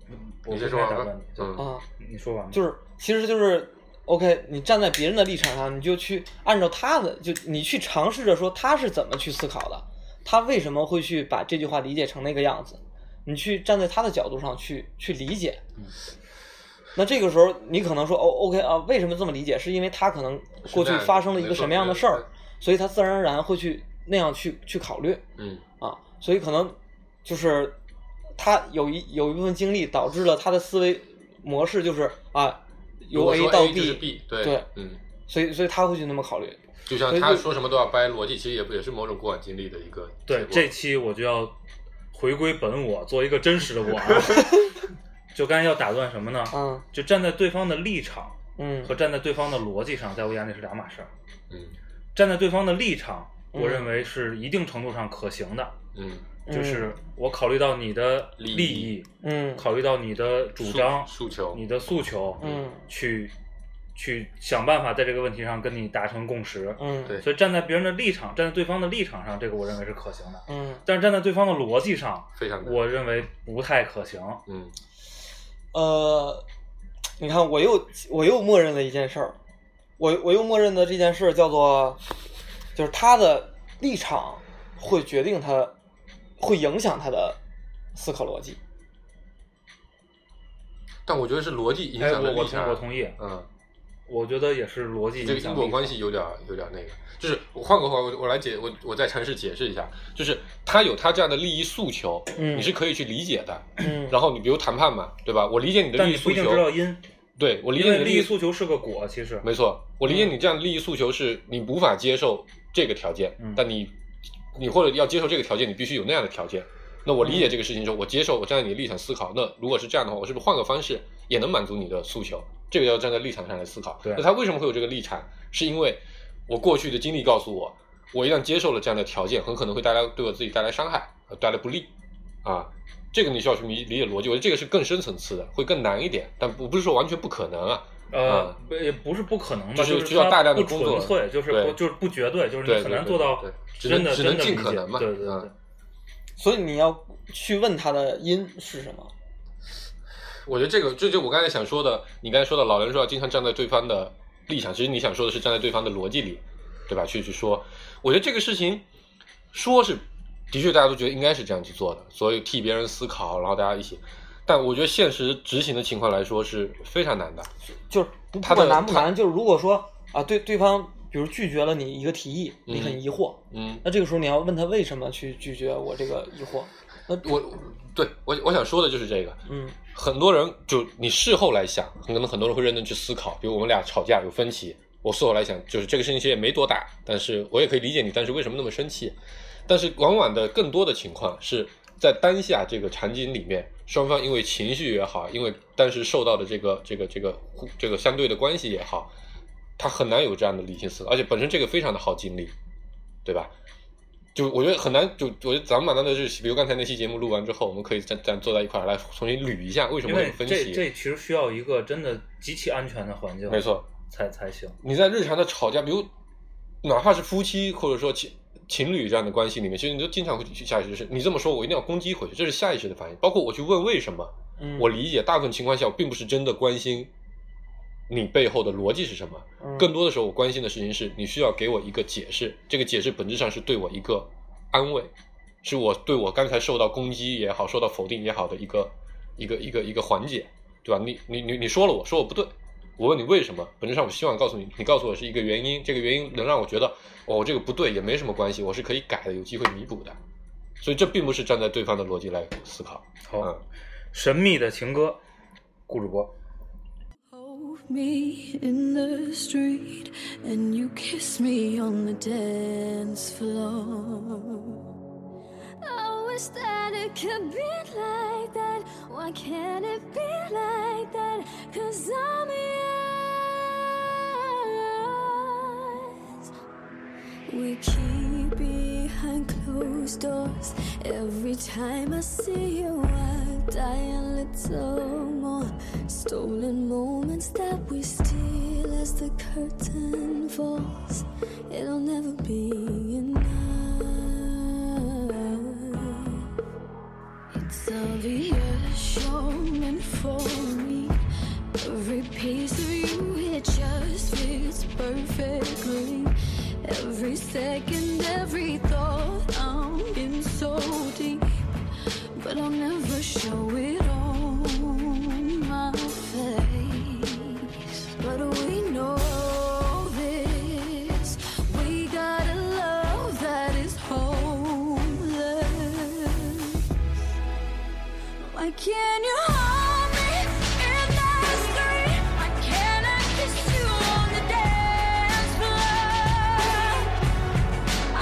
Speaker 4: 你
Speaker 3: 不
Speaker 4: 先
Speaker 3: 应
Speaker 4: 说
Speaker 3: 该
Speaker 4: 完
Speaker 3: 打
Speaker 4: 吧
Speaker 3: 断你。，
Speaker 4: 嗯，
Speaker 2: 啊。
Speaker 3: 你说完吧。
Speaker 2: 就是其实就是 OK，你站在别人的立场上，你就去按照他的，就你去尝试着说他是怎么去思考的，他为什么会去把这句话理解成那个样子，你去站在他的角度上去去理解。
Speaker 4: 嗯
Speaker 2: 那这个时候，你可能说哦，OK 啊，为什么这么理解？是因为他可能过去发生了一个什么样的事
Speaker 4: 没
Speaker 2: 儿
Speaker 4: 错，
Speaker 2: 所以他自然而然会去那样去去考虑
Speaker 4: 嗯，
Speaker 2: 啊，所以可能就是他有一有一部分经历导致了他的思维模式就是啊，
Speaker 4: 如
Speaker 2: 由
Speaker 4: 果说
Speaker 2: A 到
Speaker 4: A 就是 B，对
Speaker 2: 对
Speaker 4: 嗯，
Speaker 2: 所以所以他会去那么考虑。
Speaker 4: 就像
Speaker 2: 所以
Speaker 4: 他
Speaker 2: 就
Speaker 4: 说什么都要掰逻辑，其实也不也是某种过往经历的一个结
Speaker 3: 对
Speaker 4: 果，
Speaker 3: 这期我就要回归本我，做一个真实的我啊。就刚才要打断什么呢？
Speaker 2: 嗯
Speaker 3: 就站在对方的立场
Speaker 2: 嗯
Speaker 3: 和站在对方的逻辑上，在我眼里是两码事儿。
Speaker 4: 嗯
Speaker 3: 站在对方的立场，
Speaker 2: 嗯
Speaker 3: 我认为是一定程度上可行的，
Speaker 4: 嗯，
Speaker 2: 嗯
Speaker 3: 就是我考虑到你的利
Speaker 4: 利
Speaker 3: 益，
Speaker 2: 嗯
Speaker 3: 考虑到你的主张、
Speaker 4: 诉诉求，
Speaker 3: 你的诉求，
Speaker 2: 嗯
Speaker 3: 去去想办法在这个问题上跟你达成共识。
Speaker 2: 嗯
Speaker 4: 对
Speaker 3: 所以站在别人的立场，站在对方的立场上，这个我认为是可行的。
Speaker 2: 嗯
Speaker 3: 但是站在对方的逻辑上，
Speaker 4: 非常难
Speaker 3: 我认为不太可行。
Speaker 4: 嗯
Speaker 2: 呃，你看我又我又默认了一件事儿，我我又默认的这件事儿叫做，就是他的立场会决定他会影响他的思考逻辑。
Speaker 4: 但我觉得是逻辑影
Speaker 3: 哎，
Speaker 4: 响了
Speaker 3: 我我
Speaker 4: 立
Speaker 3: 同
Speaker 4: 场，
Speaker 3: 我同意，
Speaker 4: 嗯，
Speaker 3: 我觉得也是逻辑
Speaker 4: 这个
Speaker 3: 影响
Speaker 4: 因
Speaker 3: 力
Speaker 4: 果关系有点儿有点儿那个，就是我换个话，我我来解，我我再尝试解释一下，就是他有他这样的利益诉求，
Speaker 2: 嗯
Speaker 4: 你是可以去理解的。
Speaker 2: 嗯
Speaker 4: 然后你比如谈判嘛，对吧？我理解你的
Speaker 3: 但
Speaker 4: 利
Speaker 3: 你
Speaker 4: 益
Speaker 3: 不
Speaker 4: 诉
Speaker 3: 一定知道
Speaker 4: 求，
Speaker 3: 因，
Speaker 4: 对我理
Speaker 3: 因
Speaker 4: 解
Speaker 3: 为
Speaker 4: 你的
Speaker 3: 利益
Speaker 4: 诉，
Speaker 3: 诉求是个嗯果，其实
Speaker 4: 没错，我理解你这样的利益诉求是你无法接受这个条件，
Speaker 3: 嗯
Speaker 4: 但你你或者要接受这个条件，你必须有那样的条件。那我
Speaker 3: 嗯
Speaker 4: 理解这个事情之后，我接受，我站在你的立场思考。那如果是这样的话，我是不是换个方式也能满足你的诉求？这个要站在立场上来思考。
Speaker 3: 对
Speaker 4: 那他为什么会有这个立场？是因为我过去的经历告诉我，我一旦接受了这样的条件，很可能会带来对我自己带来伤害，呃带来不利啊。这个你需要去理理解逻辑，我觉得这个是更深层次的，会更难一点，但不不是说完全不可能啊。
Speaker 3: 呃
Speaker 4: 啊，
Speaker 3: 不也不是不可能吧，
Speaker 4: 就是
Speaker 3: 是
Speaker 4: 需要
Speaker 3: 它
Speaker 4: 大量的
Speaker 3: 不
Speaker 4: 工作
Speaker 3: 纯粹，就是
Speaker 4: 对
Speaker 3: 不就是不绝对，就是
Speaker 4: 对
Speaker 3: 你很难
Speaker 4: 对
Speaker 3: 做到
Speaker 4: 对只能
Speaker 3: 真的
Speaker 4: 只能
Speaker 3: 真的
Speaker 4: 尽
Speaker 3: 理
Speaker 4: 可
Speaker 3: 解
Speaker 4: 能嘛
Speaker 3: 对对对
Speaker 4: 嗯，
Speaker 2: 所以你要去问他的因是什么。
Speaker 4: 我觉得这个，这就我刚才想说的，你刚才说的，老人说要经常站在对方的立场，其实你想说的是站在对方的逻辑里，对吧？去去说，我觉得这个事情说是的确大家都觉得应该是这样去做的，所以替别人思考，然后大家一起。但我觉得现实执行的情况来说是非常难的。
Speaker 2: 就是不
Speaker 4: 他
Speaker 2: 不
Speaker 4: 的
Speaker 2: 管难不
Speaker 4: 他
Speaker 2: 难，就是如果说啊，对对方比如拒绝了你一个提议，你
Speaker 4: 嗯
Speaker 2: 很疑惑，
Speaker 4: 嗯，
Speaker 2: 那这个时候你要问他为什么去拒绝我这个疑惑。
Speaker 4: 我对我我想说的就是这个，
Speaker 2: 嗯
Speaker 4: 很多人就你事后来想，很可能很多人会认真去思考。比如我们俩吵架有分歧，我事后来想，就是这个事情其实也没多大，但是我也可以理解你当时为什么那么生气。但是往往的更多的情况是在当下这个场景里面，双方因为情绪也好，因为当时受到的这个这个这个互这个相对的关系也好，他很难有这样的理性思考，而且本身这个非常的耗精力，对吧？就我觉得很难，就我觉得咱们把它的是，比如刚才那期节目录完之后，我们可以再再坐在一块儿来重新捋一下为什
Speaker 3: 因
Speaker 4: 么会
Speaker 3: 为
Speaker 4: 有分
Speaker 3: 这
Speaker 4: 歧。
Speaker 3: 这其实需要一个真的极其安全的环境，
Speaker 4: 没错，
Speaker 3: 才才行。
Speaker 4: 你在日常的吵架，比如哪怕是夫妻或者说情情侣这样的关系里面，其实你都经常会去下意识就是你这么说，我一定要攻击回去，这是下意识的反应。包括我去问为什么，
Speaker 2: 嗯，
Speaker 4: 我理解大部分情况下我并不是真的关心你背后的逻辑是什么，
Speaker 2: 嗯
Speaker 4: 更多的时候我关心的事情是你需要给我一个解释，这个解释本质上是对我一个安慰，是我对我刚才受到攻击也好，受到否定也好的一个一个一个一个缓解，对吧？你你你你说了我说我不对。我问你为什么？本质上我希望告诉你，你告诉我是一个原因，这个原因能让我觉得哦，这个不对也没什么关系，我是可以改的，有机会弥补的。所以这并不是站在对方的逻辑来思考。
Speaker 3: 好，
Speaker 4: 嗯
Speaker 3: 神秘的情歌，顾主播，
Speaker 5: Hold me in the street and you kiss me on the dance floor. I wish that it could be like that. Why can't it be like that? Cause I'm yours. We keep behind closed doors. Every time I see you, I die a little more. Stolen moments that we steal as the curtain falls. It'll never be enough. It's obvious you're meant for me. Every piece of you, it just fits perfectly. Every second, every thought, I'm in so deep. But I'll never show it on my face. But we know this. We got a love that is homeless. Why can't you hold me in the street? Why can't I kiss you on the dance floor?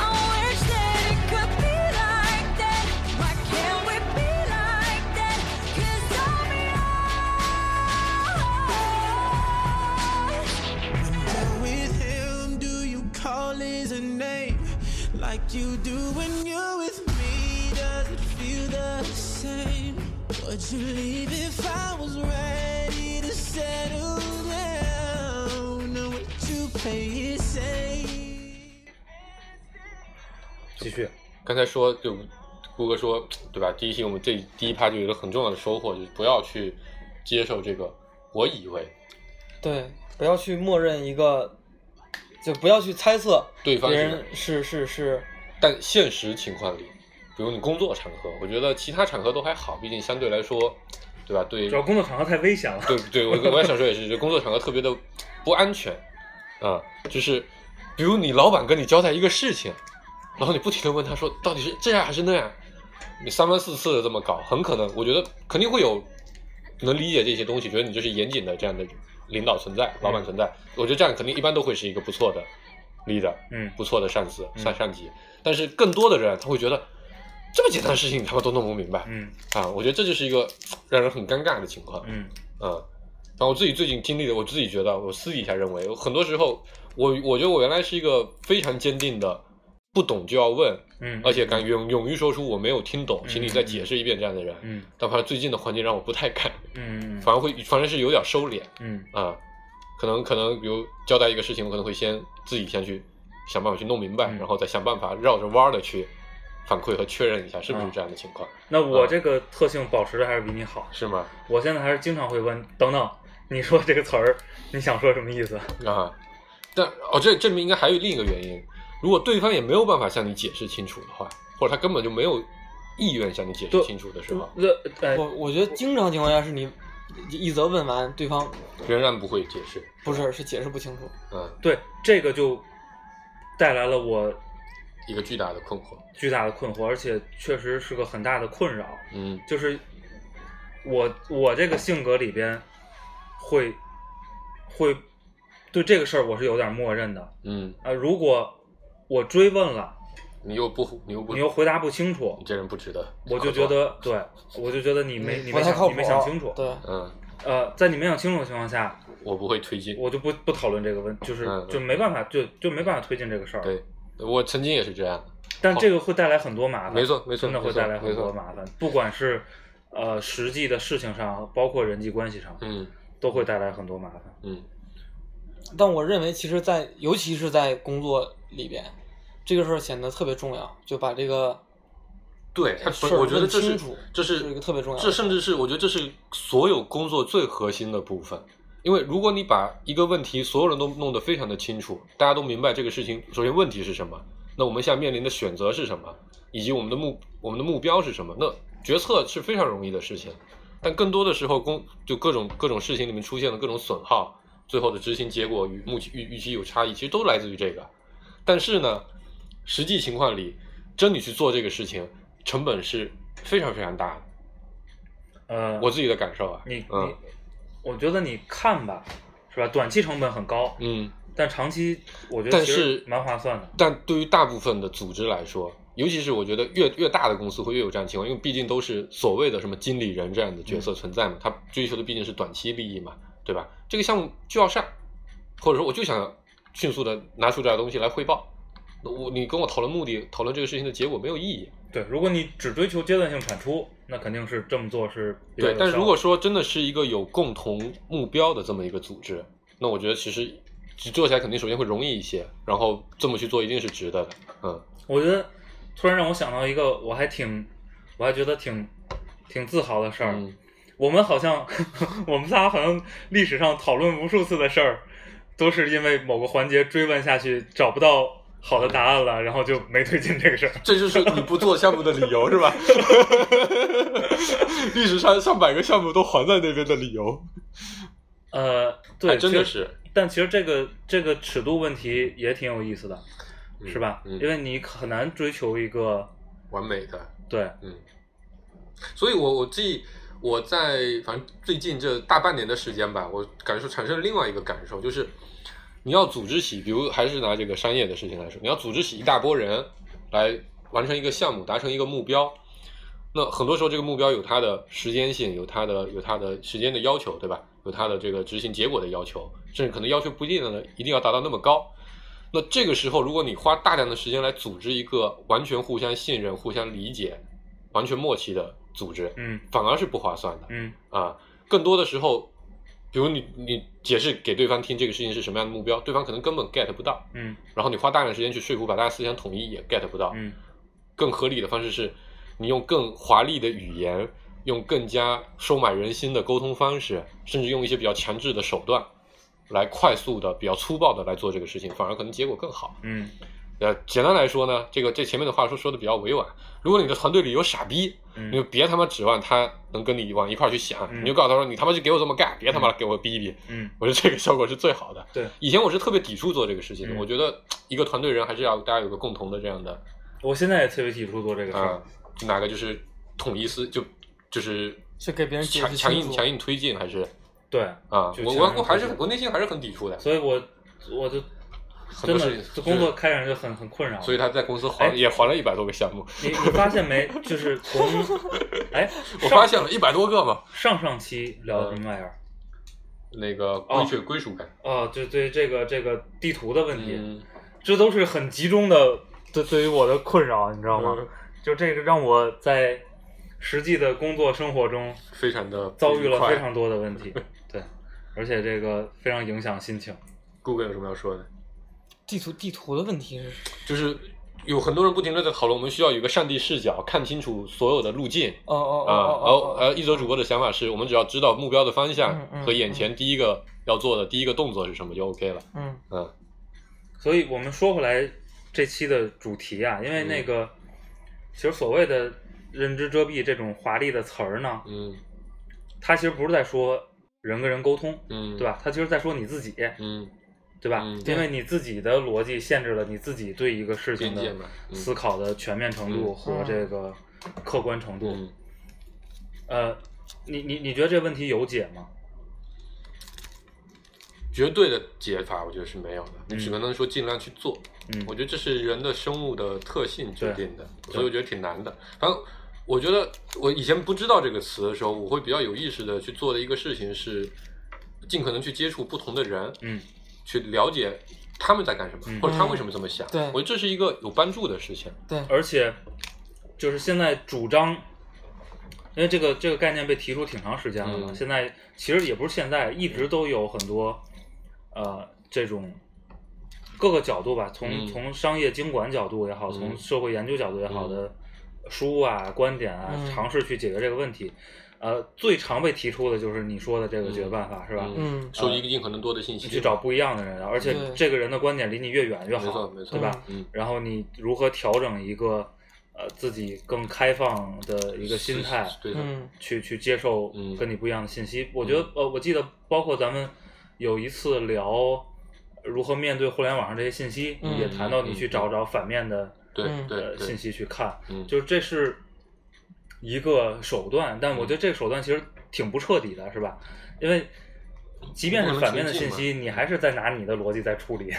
Speaker 5: I wish that it could be like that. Why can't we be like that? Cause I'm oh. yours.
Speaker 6: And with him, do you call his name like you do when you're with me? Does it feel the same? Would you leave if I was ready to settle down? Or would you play it safe?
Speaker 3: 继续。
Speaker 4: 刚才说，就顾哥说，对吧？第一期我们这第一趴就有一个很重要的收获，就是不要去接受这个我以为
Speaker 2: 对，不要去默认一个，就不要去猜测
Speaker 4: 对
Speaker 2: 别
Speaker 4: 方
Speaker 2: 人
Speaker 4: 是，
Speaker 2: 是是是，
Speaker 4: 但现实情况里，比如你工作场合，我觉得其他场合都还好，毕竟相对来说，对吧？对
Speaker 3: 主要工作场合太危险了。
Speaker 4: 对对，我我也想说也是，就工作场合特别的不安全啊、就是比如你老板跟你交代一个事情，然后你不停的问他说到底是这样还是那样，你三番四次的这么搞，很可能我觉得肯定会有能理解这些东西，觉得你就是严谨的这样的领导存在，老板存在，我觉得这样肯定一般都会是一个不错的 leader，
Speaker 3: 嗯
Speaker 4: 不错的上司
Speaker 3: 嗯
Speaker 4: 上上级，但是更多的人他会觉得这么简单的事情你他妈都弄不明白
Speaker 3: 嗯
Speaker 4: 啊，我觉得这就是一个让人很尴尬的情况，
Speaker 3: 嗯，
Speaker 4: 嗯，然后我自己最近经历的，我自己觉得，我私底下认为，我很多时候，我我觉得我原来是一个非常坚定的，不懂就要问，
Speaker 3: 嗯，
Speaker 4: 而且敢勇勇于说出我没有听懂，请你再
Speaker 3: 嗯嗯
Speaker 4: 解释一遍这样的人。
Speaker 3: 嗯
Speaker 4: 但反正最近的环境让我不太敢，
Speaker 3: 嗯嗯
Speaker 4: 反而会反正是有点收敛
Speaker 3: 嗯
Speaker 4: 啊、可能可能比如交代一个事情，我可能会先自己先去想办法去弄明白，
Speaker 3: 嗯
Speaker 4: 然后再想办法绕着弯儿的去反馈和确认一下是不是
Speaker 3: 啊
Speaker 4: 这样的情况，
Speaker 3: 那我这个特性保持的还是比你好。
Speaker 4: 是吗？
Speaker 3: 我现在还是经常会问，等等，你说这个词儿，你想说什么意思？
Speaker 4: 啊，但哦，这这里面应该还有另一个原因，如果对方也没有办法向你解释清楚的话，或者他根本就没有意愿向你解释
Speaker 3: 对
Speaker 4: 清楚的时候，
Speaker 3: 那哎，
Speaker 2: 我我觉得经常情况下是你一一则问完，对方
Speaker 4: 仍然不会解释。
Speaker 2: 不是是解释不清楚。
Speaker 4: 嗯，
Speaker 3: 对这个就带来了我
Speaker 4: 一个巨大的困惑。
Speaker 3: 巨大的困惑，而且确实是个很大的困扰。
Speaker 4: 嗯
Speaker 3: 就是我我这个性格里边会会对这个事儿我是有点默认的啊、
Speaker 4: 嗯，
Speaker 3: 呃如果我追问了，
Speaker 4: 你又不你又不
Speaker 3: 你又回答不清楚
Speaker 4: 你，这人不啊值得。
Speaker 3: 我就觉得对，我就觉得你没你
Speaker 2: 不
Speaker 3: 没
Speaker 2: 太靠谱啊
Speaker 3: 想你没想清楚。
Speaker 2: 对，
Speaker 4: 嗯，
Speaker 3: 呃，在你没想清楚的情况下，
Speaker 4: 我不会推进。
Speaker 3: 我就不不讨论这个问，就是
Speaker 4: 嗯嗯
Speaker 3: 就没办法，就就没办法推进这个事儿。
Speaker 4: 对，我曾经也是这样。
Speaker 3: 但这个会带来很多麻烦，
Speaker 4: 没错没错
Speaker 3: 真的
Speaker 4: 没
Speaker 3: 会
Speaker 4: 错
Speaker 3: 带来很
Speaker 4: 没错
Speaker 3: 多麻烦，不管是呃实际的事情上，包括人际关系上，
Speaker 4: 嗯
Speaker 3: 都会带来很多麻烦。
Speaker 4: 嗯
Speaker 2: 但我认为其实在，尤其是在工作里边，这个事儿显得特别重要，就把这个
Speaker 4: 对他
Speaker 2: 呃事
Speaker 4: 本，
Speaker 2: 儿
Speaker 4: 我觉得
Speaker 2: 问
Speaker 4: 这
Speaker 2: 清
Speaker 4: 是
Speaker 2: 楚
Speaker 4: 这
Speaker 2: 是一
Speaker 4: 是
Speaker 2: 个特别重要的
Speaker 4: 这甚至是我觉得这是所有工作最核心的部分。因为如果你把一个问题所有人都弄得非常的清楚，大家都明白这个事情，首先问题是什么，那我们现在面临的选择是什么，以及我们的目我们的目标是什么，那决策是非常容易的事情。但更多的时候，工就各种各种事情里面出现的各种损耗，最后的执行结果与目期预预期有差异，其实都来自于这个。但是呢，实际情况里，真你去做这个事情，成本是非常非常大的。
Speaker 3: 呃，
Speaker 4: 我自己的感受啊，
Speaker 3: 你、
Speaker 4: 嗯
Speaker 3: 你，我觉得你看吧，是吧？短期成本很高，
Speaker 4: 嗯，
Speaker 3: 但长期我觉得
Speaker 4: 但
Speaker 3: 其实
Speaker 4: 是
Speaker 3: 蛮划算的。
Speaker 4: 但对于大部分的组织来说，尤其是我觉得越越大的公司会越有这样的情况，因为毕竟都是所谓的什么经理人这样的角色存在嘛，他追求的毕竟是短期利益嘛，对吧？这个项目就要上，或者说我就想迅速的拿出这点东西来汇报。那我你跟我讨论目的，讨论这个事情的结果没有意义。
Speaker 3: 对，如果你只追求阶段性产出，那肯定是这么做是比较
Speaker 4: 对
Speaker 3: 有，
Speaker 4: 但
Speaker 3: 效
Speaker 4: 如果说真的是一个有共同目标的这么一个组织，那我觉得其实做起来肯定首先会容易一些，然后这么去做一定是值得的。嗯
Speaker 3: 我觉得突然让我想到一个，我还挺，我还觉得挺挺自豪的事儿。
Speaker 4: 嗯
Speaker 3: 我们好像， 我们仨好像历史上讨论无数次的事儿，都是因为某个环节追问下去找不到好的答案
Speaker 4: 嗯
Speaker 3: 了，然后就没推进这个事 儿。
Speaker 4: 这就是你不做项目的理由是 吧？历史上上百个项目都还在那边的理由，
Speaker 3: 呃，
Speaker 4: 还
Speaker 3: 对，
Speaker 4: 真的
Speaker 3: 其实
Speaker 4: 是，
Speaker 3: 但其实这个这个尺度问题也挺有意思的，
Speaker 4: 嗯
Speaker 3: 是吧？
Speaker 4: 嗯
Speaker 3: 因为你很难追求一个
Speaker 4: 完美的，
Speaker 3: 对，
Speaker 4: 嗯。所以我我记我在反正最近这大半年的时间吧，我感受产生了另外一个感受，就是你要组织起，比如还是拿这个商业的事情来说，你要组织起一大波人来完成一个项目，达成一个目标。那很多时候，这个目标有它的时间性，有它的有它的时间的要求，对吧？有它的这个执行结果的要求，甚至可能要求不一定的一定要达到那么高。那这个时候，如果你花大量的时间来组织一个完全互相信任、互相理解、完全默契的组织，
Speaker 3: 嗯
Speaker 4: 反而是不划算的。
Speaker 3: 嗯
Speaker 4: 啊，更多的时候，比如你你解释给对方听这个事情是什么样的目标，对方可能根本 get 不到，
Speaker 3: 嗯
Speaker 4: 然后你花大量时间去说服，把大家思想统一也 get 不到。
Speaker 3: 嗯，
Speaker 4: 更合理的方式是，你用更华丽的语言，用更加收买人心的沟通方式，甚至用一些比较强制的手段，来快速的、比较粗暴的来做这个事情，反而可能结果更好。
Speaker 3: 嗯
Speaker 4: 呃，简单来说呢，这个这前面的话说说的比较委婉。如果你的团队里有傻逼，
Speaker 3: 嗯
Speaker 4: 你就别他妈指望他能跟你往一块儿去想，
Speaker 3: 嗯
Speaker 4: 你就告诉他说你他妈就给我这么干，别他妈给我逼一逼。
Speaker 3: 嗯
Speaker 4: 我觉得这个效果是最好的。
Speaker 3: 对，
Speaker 4: 以前我是特别抵触做这个事情的，
Speaker 3: 嗯
Speaker 4: 我觉得一个团队人还是要大家有个共同的这样的
Speaker 3: 我现在也特别抵触做这个事儿。
Speaker 4: 啊、哪个就是统一思就就是
Speaker 2: 去给别人解释
Speaker 4: 强强
Speaker 2: 清
Speaker 4: 硬
Speaker 2: 楚。
Speaker 4: 强硬推进还是
Speaker 3: 对，
Speaker 4: 啊、
Speaker 3: 就强
Speaker 4: 我我
Speaker 3: 硬
Speaker 4: 我还
Speaker 3: 推
Speaker 4: 是
Speaker 3: 进
Speaker 4: 我内心还是很抵触的，
Speaker 3: 所以我我就
Speaker 4: 很
Speaker 3: 真
Speaker 4: 多
Speaker 3: 的
Speaker 4: 事情
Speaker 3: 这工作。开展就很很困扰。
Speaker 4: 所以他在公司还、
Speaker 3: 哎
Speaker 4: 也还了一百多个项目，
Speaker 3: 你你发现没？就是从哎，
Speaker 4: 我
Speaker 3: 上
Speaker 4: 发现了一百多个嘛，
Speaker 3: 上上期聊
Speaker 4: 嗯
Speaker 3: 的什么玩意儿？
Speaker 4: 那个
Speaker 3: 哦
Speaker 4: 归属归属感。
Speaker 3: 哦，就对这个这个地图的问题，
Speaker 4: 嗯，
Speaker 3: 这都是很集中的，对对于我的困扰，你知道吗？
Speaker 4: 嗯
Speaker 3: 就这个让我在实际的工作生活中
Speaker 4: 非常的
Speaker 3: 遭遇了非常多的问题，对，而且这个非常影响心情。
Speaker 4: Google 有什么要说的？
Speaker 2: 地图地图的问题是什么，
Speaker 4: 就是有很多人不停的在讨论，我们需要有一个上帝视角，看清楚所有的路径
Speaker 2: 哦哦
Speaker 4: 啊。
Speaker 2: 哦
Speaker 4: 然后
Speaker 2: 哦哦
Speaker 4: 呃，一周主播的想法是我们只要知道目标的方
Speaker 2: 嗯嗯
Speaker 4: 向和眼前第一个要做的第一个动作是什么就 OK 了。
Speaker 2: 嗯，
Speaker 4: 嗯
Speaker 3: 啊
Speaker 4: 嗯
Speaker 3: 所以我们说回来这期的主题啊，因为那个、其实所谓的认知遮蔽这种华丽的词儿呢，
Speaker 4: 嗯
Speaker 3: 它其实不是在说人跟人沟通，
Speaker 4: 嗯，
Speaker 3: 对？吧？它其实在说你自己，
Speaker 4: 嗯，
Speaker 3: 对吧？
Speaker 4: 嗯
Speaker 3: 因为你自己的逻辑限制了你自己对一个事情
Speaker 4: 边界
Speaker 3: 的
Speaker 4: 嘛，嗯
Speaker 3: 思考的全面程度
Speaker 4: 嗯
Speaker 3: 和这个客观程度。
Speaker 4: 嗯，
Speaker 3: 呃，你你你觉得这问题有解吗？
Speaker 4: 绝对的解法我觉得是没有的，你
Speaker 3: 嗯
Speaker 4: 只可能说尽量去做。
Speaker 3: 嗯
Speaker 4: 我觉得这是人的生物的特性决定的，
Speaker 3: 对
Speaker 4: 所以我觉得挺难的。反正我觉得我以前不知道这个词的时候，我会比较有意识的去做的一个事情是，尽可能去接触不同的人，
Speaker 3: 嗯
Speaker 4: 去了解他们在干什么，
Speaker 3: 嗯
Speaker 4: 或者他为什么这么想。
Speaker 2: 对
Speaker 4: 我觉得这是一个有帮助的事情。
Speaker 2: 对，
Speaker 3: 而且就是现在主张，因为这个这个概念被提出挺长时间了嘛，
Speaker 4: 嗯
Speaker 3: 现在其实也不是现在，一直都有很多呃这种各个角度吧，从、
Speaker 4: 嗯
Speaker 3: 从商业经管角度也好，
Speaker 4: 嗯
Speaker 3: 从社会研究角度也好
Speaker 4: 嗯
Speaker 3: 的书啊、观点啊，
Speaker 2: 嗯
Speaker 3: 尝试去解决这个问题。呃，最常被提出的就是你说的这个
Speaker 4: 嗯
Speaker 3: 解决办法，是吧？
Speaker 2: 嗯
Speaker 4: 收集尽可能多的信
Speaker 3: 你
Speaker 4: 息，
Speaker 3: 嗯去找不一样的人，而且
Speaker 2: 对
Speaker 3: 这个人的观点离你越远越好，
Speaker 4: 没错没错，
Speaker 3: 对吧？
Speaker 4: 嗯，
Speaker 3: 然后你如何调整一个呃自己更开放的一个心态，
Speaker 4: 是对的，
Speaker 2: 嗯
Speaker 3: 去去接受
Speaker 4: 嗯
Speaker 3: 跟你不一样的信息。我觉得呃，我记得包括咱们有一次聊如何面对互联网上这些信息，
Speaker 2: 嗯
Speaker 3: 也谈到你去找找反面的、
Speaker 4: 对
Speaker 2: 嗯
Speaker 4: 对
Speaker 3: 呃信
Speaker 4: 对，
Speaker 3: 息去看，
Speaker 4: 嗯，
Speaker 3: 就是这是一个手段，但
Speaker 4: 嗯
Speaker 3: 我觉得这个手段其实挺不彻底的，是吧？因为即便是反面的信
Speaker 4: 不能
Speaker 3: 息，你还是在拿你的逻辑在处理，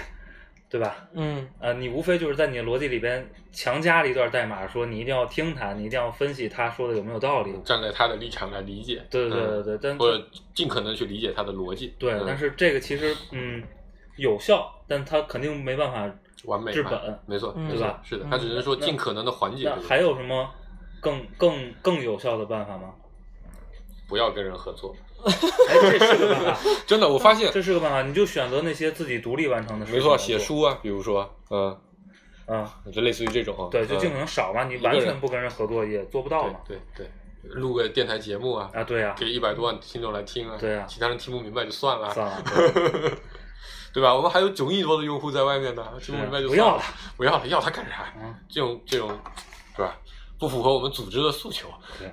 Speaker 3: 对吧？
Speaker 2: 嗯
Speaker 3: 呃，你无非就是在你的逻辑里边强加了一段代码，说你一定要听他，你一定要分析他说的有没有道理。
Speaker 4: 站在他的立场来理解，
Speaker 3: 对对对
Speaker 4: 嗯
Speaker 3: 对，但
Speaker 4: 或者尽可能去理解他的逻辑，
Speaker 3: 对，
Speaker 4: 嗯
Speaker 3: 但是这个其实嗯有效，但它肯定没办法。
Speaker 4: 完美嘛
Speaker 3: 治本
Speaker 4: 没错，
Speaker 2: 嗯
Speaker 4: 没
Speaker 3: 对
Speaker 4: 错
Speaker 3: 吧
Speaker 4: 是的，
Speaker 2: 嗯
Speaker 4: 他只是说尽可能的缓解
Speaker 3: 那
Speaker 4: 这个，
Speaker 3: 还有什么更更更有效的办法吗？
Speaker 4: 不要跟人合作，
Speaker 3: 哎，这是个办法，
Speaker 4: 真的，我发现
Speaker 3: 这是个办法，你就选择那些自己独立完成的事情来
Speaker 4: 没
Speaker 3: 做。
Speaker 4: 错，写书啊，比如说，嗯，
Speaker 3: 啊、
Speaker 4: 就类似于这种，
Speaker 3: 对，就
Speaker 4: 嗯
Speaker 3: 尽可能少嘛，你
Speaker 4: 一个
Speaker 3: 完
Speaker 4: 人
Speaker 3: 全不跟人合作也做不到嘛。
Speaker 4: 对对对，录个电台节目啊，
Speaker 3: 啊，对呀、
Speaker 4: 给一百多万听众来听啊，
Speaker 3: 对啊
Speaker 4: 其他人听不明白就算了，
Speaker 3: 算了，
Speaker 4: 对吧？我们还有九亿多的用户在外面呢，听不 明白就
Speaker 3: 嗯不
Speaker 4: 算
Speaker 3: 要
Speaker 4: 了
Speaker 3: 了，
Speaker 4: 不要了，要他干啥？
Speaker 3: 嗯
Speaker 4: 这种这种，是吧？不符合我们组织的诉求。
Speaker 3: 对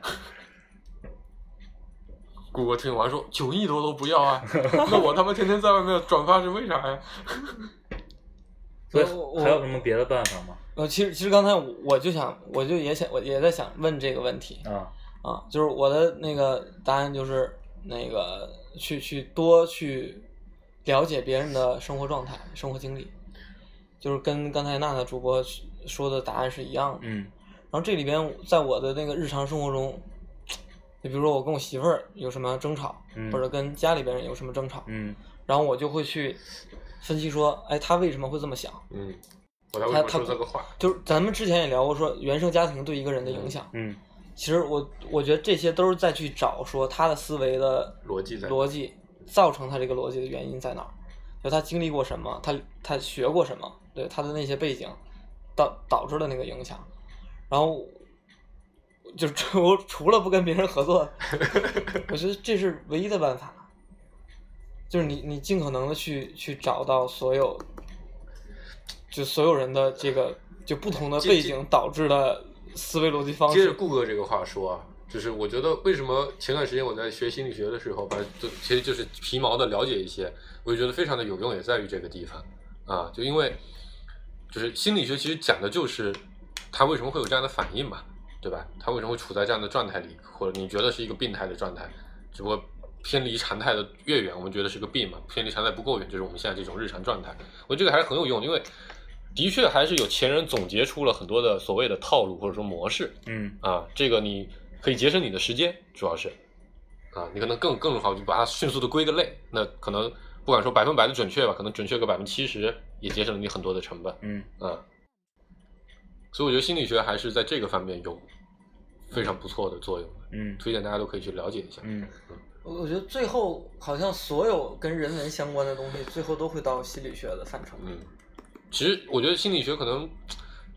Speaker 4: 谷歌听完说九亿多都不要啊，那我他妈天天在外面转发是为啥呀？
Speaker 3: 所以
Speaker 2: 我我
Speaker 3: 还有什么别的办法吗？
Speaker 2: 呃，其实其实刚才我我就想，我就也想，我也在想问这个问题
Speaker 3: 啊，
Speaker 2: 啊，就是我的那个答案就是那个去去多去了解别人的生活状态、生活经历，就是跟刚才娜娜主播说的答案是一样的。
Speaker 3: 嗯
Speaker 2: 然后这里边在我的那个日常生活中，就比如说我跟我媳妇儿有什么争吵，
Speaker 3: 嗯
Speaker 2: 或者跟家里边人有什么争吵，
Speaker 3: 嗯
Speaker 2: 然后我就会去分析说，哎，他为什么会这么想？
Speaker 4: 嗯，我才为什么说这个话？
Speaker 2: 就是咱们之前也聊过，说原生家庭对一个人的影响。
Speaker 3: 嗯
Speaker 2: 其实我我觉得这些都是在去找说他的思维的
Speaker 4: 逻辑在
Speaker 2: 逻辑造成他这个逻辑的原因在哪儿，就他经历过什么，他他学过什么，对他的那些背景导导致的那个影响，然后就除除了不跟别人合 作，我觉得这是唯一的办法，就是你你尽可能的去去找到所有就所有人的这个就不同的
Speaker 4: 这
Speaker 2: 背
Speaker 4: 这
Speaker 2: 景导致的思维逻辑方
Speaker 4: 接着
Speaker 2: 式，
Speaker 4: 顾哥这个话说啊，就是我觉得为什么前段时间我在学心理学的时候，反正就其实就是皮毛的了解一些，我就觉得非常的有用，也在于这个地方啊，就因为就是心理学其实讲的就是他为什么会有这样的反应嘛，对吧？他为什么会处在这样的状态里，或者你觉得是一个病态的状态，只不过偏离常态的越远，我们觉得是个病嘛；偏离常态不够远，就是我们现在这种日常状态。我觉得这个还是很有用，因为的确还是有前人总结出了很多的所谓的套路或者说模式
Speaker 3: 嗯
Speaker 4: 啊，这个你可以节省你的时间，主要是啊，你可能更更好就把它迅速的归个类，那可能不敢说百分百的准确吧，可能准确个百分之七十，也节省了你很多的成本。
Speaker 3: 嗯，
Speaker 4: 啊，所以我觉得心理学还是在这个方面有非常不错的作用的，
Speaker 3: 嗯
Speaker 4: 推荐大家都可以去了解一下。
Speaker 3: 嗯，
Speaker 2: 我我觉得最后好像所有跟人文相关的东西，最后都会到心理学的范畴。
Speaker 4: 嗯，其实我觉得心理学可能，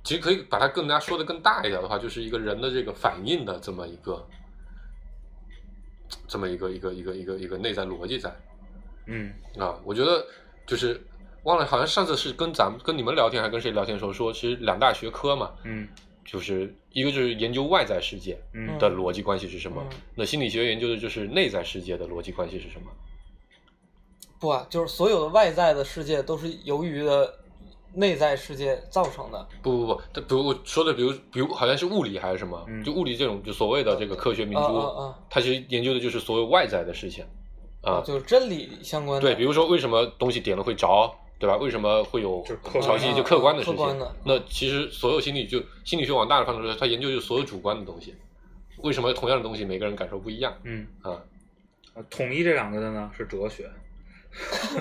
Speaker 4: 其实可以把它更加说的更大一点的话，就是一个人的这个反应的这么一个，这么一个一个一个一个一个内在逻辑在
Speaker 3: 嗯
Speaker 4: 啊，我觉得就是。忘了，好像上次是跟咱们跟你们聊天，还是跟谁聊天的时候说，其实两大学科嘛，
Speaker 3: 嗯
Speaker 4: 就是一个就是研究外在世界
Speaker 3: 嗯
Speaker 4: 的逻辑关系是什么
Speaker 2: 嗯，
Speaker 4: 那心理学研究的就是内在世界的逻辑关系是什么。
Speaker 2: 不啊，就是所有的外在的世界都是由于的内在世界造成的。
Speaker 4: 不不不，它比如我说的，比如比如好像是物理还是什么，
Speaker 3: 嗯哦
Speaker 4: 就物理这种就所谓的这个科学明
Speaker 2: 啊
Speaker 4: 珠，
Speaker 2: 啊啊！
Speaker 4: 它其实研究的就是所有外在的事情啊。
Speaker 2: 就是真理相关的。
Speaker 4: 对，比如说为什么东西点了会着，对吧？为什么会有
Speaker 3: 就是客观
Speaker 4: 潮汐，
Speaker 2: 的
Speaker 4: 就客观的事
Speaker 2: 客观
Speaker 4: 情
Speaker 2: 的。嗯
Speaker 4: 那其实所有心理就心理学往大的方面说，它研究就是所有主观的东西。为什么同样的东西每个人感受不 一样
Speaker 3: 嗯，
Speaker 4: 啊？
Speaker 3: 呃统一这两个的呢是哲学，